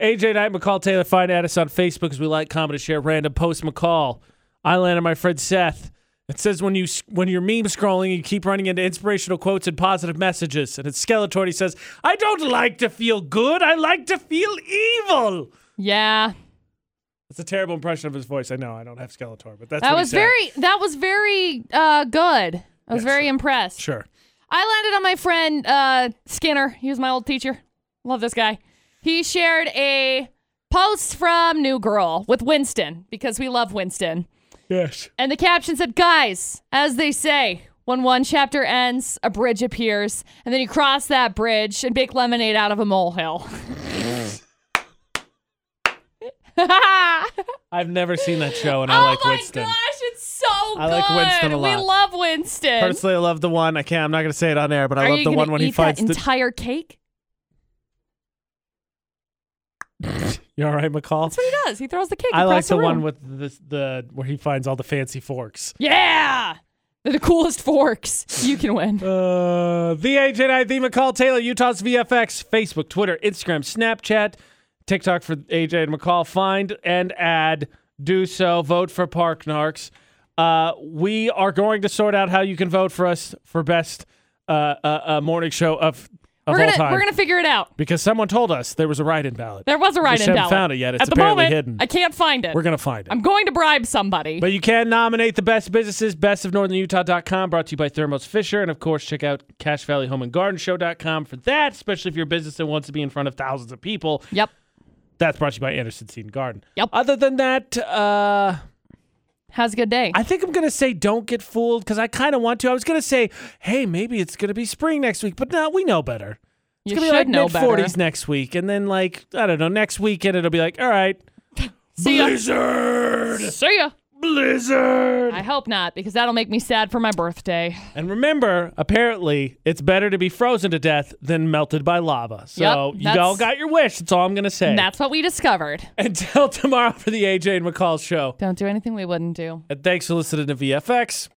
[SPEAKER 1] AJ Knight, McCall Taylor, find at us on Facebook as we like, comment, and share random posts. McCall, I landed my friend Seth. It says when you when you're meme scrolling, you keep running into inspirational quotes and positive messages. And it's Skeletor. He says, "I don't like to feel good. I like to feel evil."
[SPEAKER 2] Yeah.
[SPEAKER 1] That's a terrible impression of his voice. I know I don't have Skeletor, but that's
[SPEAKER 2] That
[SPEAKER 1] what he
[SPEAKER 2] was
[SPEAKER 1] said.
[SPEAKER 2] very that was very uh good. I was very impressed.
[SPEAKER 1] sure.
[SPEAKER 2] I landed on my friend uh Skinner. He was my old teacher. Love this guy. He shared a post from New Girl with Winston because we love Winston.
[SPEAKER 3] Yes.
[SPEAKER 2] And the caption said, Guys, as they say, when one chapter ends, a bridge appears, and then you cross that bridge and make lemonade out of a molehill. oh
[SPEAKER 3] I've never seen that show, and I like
[SPEAKER 2] my
[SPEAKER 3] Winston.
[SPEAKER 2] gosh, it's so
[SPEAKER 1] I
[SPEAKER 2] good.
[SPEAKER 1] like Winston a lot.
[SPEAKER 2] We love Winston.
[SPEAKER 1] Personally, I love the one. I can't. I'm not gonna say it on air, but I
[SPEAKER 2] Are
[SPEAKER 1] love
[SPEAKER 2] you
[SPEAKER 1] the
[SPEAKER 2] gonna
[SPEAKER 1] one when he
[SPEAKER 2] eat that
[SPEAKER 1] fights the.
[SPEAKER 2] entire cake?
[SPEAKER 3] You all right, McCall?
[SPEAKER 2] That's what he does. He throws the cake.
[SPEAKER 3] I like
[SPEAKER 2] across
[SPEAKER 3] the
[SPEAKER 2] room.
[SPEAKER 3] one with the, the where he finds all the fancy forks.
[SPEAKER 2] Yeah! They're the coolest forks. You can win.
[SPEAKER 3] Uh,
[SPEAKER 1] The agent ID McCall Taylor, Utah's VFX, Facebook, Twitter, Instagram, Snapchat, TikTok for AJ and McCall. Find and add. Do so. Vote for Park Narcs. Uh, we are going to sort out how you can vote for us for best uh, uh, uh, morning show of, of
[SPEAKER 2] We're
[SPEAKER 1] all
[SPEAKER 2] gonna
[SPEAKER 1] time.
[SPEAKER 2] we're gonna figure it out.
[SPEAKER 1] because someone told us there was a write-in ballot.
[SPEAKER 2] There was a
[SPEAKER 1] we
[SPEAKER 2] write-in
[SPEAKER 1] just haven't
[SPEAKER 2] ballot.
[SPEAKER 1] found it yet. It's
[SPEAKER 2] At the
[SPEAKER 1] apparently
[SPEAKER 2] moment,
[SPEAKER 1] hidden.
[SPEAKER 2] I can't find it.
[SPEAKER 1] We're gonna find it.
[SPEAKER 2] I'm going to bribe somebody.
[SPEAKER 1] But you can nominate the best businesses, best of northernutah.com, brought to you by Thermos Fisher. And of course, check out Cash Valley Home and Garden Show.com for that, especially if you're a business that wants to be in front of thousands of people.
[SPEAKER 2] yep.
[SPEAKER 1] That's brought to you by Anderson Seed and Garden.
[SPEAKER 2] Yep.
[SPEAKER 1] Other than that, uh,
[SPEAKER 2] How's a good day?
[SPEAKER 1] I think I'm going to say don't get fooled because I kind of want to. I was going to say, hey, maybe it's going to be spring next week, but no, we know better. It's
[SPEAKER 2] you should
[SPEAKER 1] going to be like
[SPEAKER 2] know
[SPEAKER 1] mid 40s
[SPEAKER 2] better.
[SPEAKER 1] next week. And then, like, I don't know, next weekend it'll be like, all right,
[SPEAKER 2] See ya.
[SPEAKER 1] Blizzard!
[SPEAKER 2] See ya.
[SPEAKER 1] Blizzard!
[SPEAKER 2] I hope not, because that'll make me sad for my birthday.
[SPEAKER 1] And remember, apparently, it's better to be frozen to death than melted by lava. So
[SPEAKER 2] Yep,
[SPEAKER 1] you
[SPEAKER 2] that's-
[SPEAKER 1] all got your wish. That's all I'm going to say.
[SPEAKER 2] And that's what we discovered.
[SPEAKER 1] Until tomorrow for the AJ and McCall show.
[SPEAKER 2] Don't do anything we wouldn't do.
[SPEAKER 1] And thanks for listening to VFX.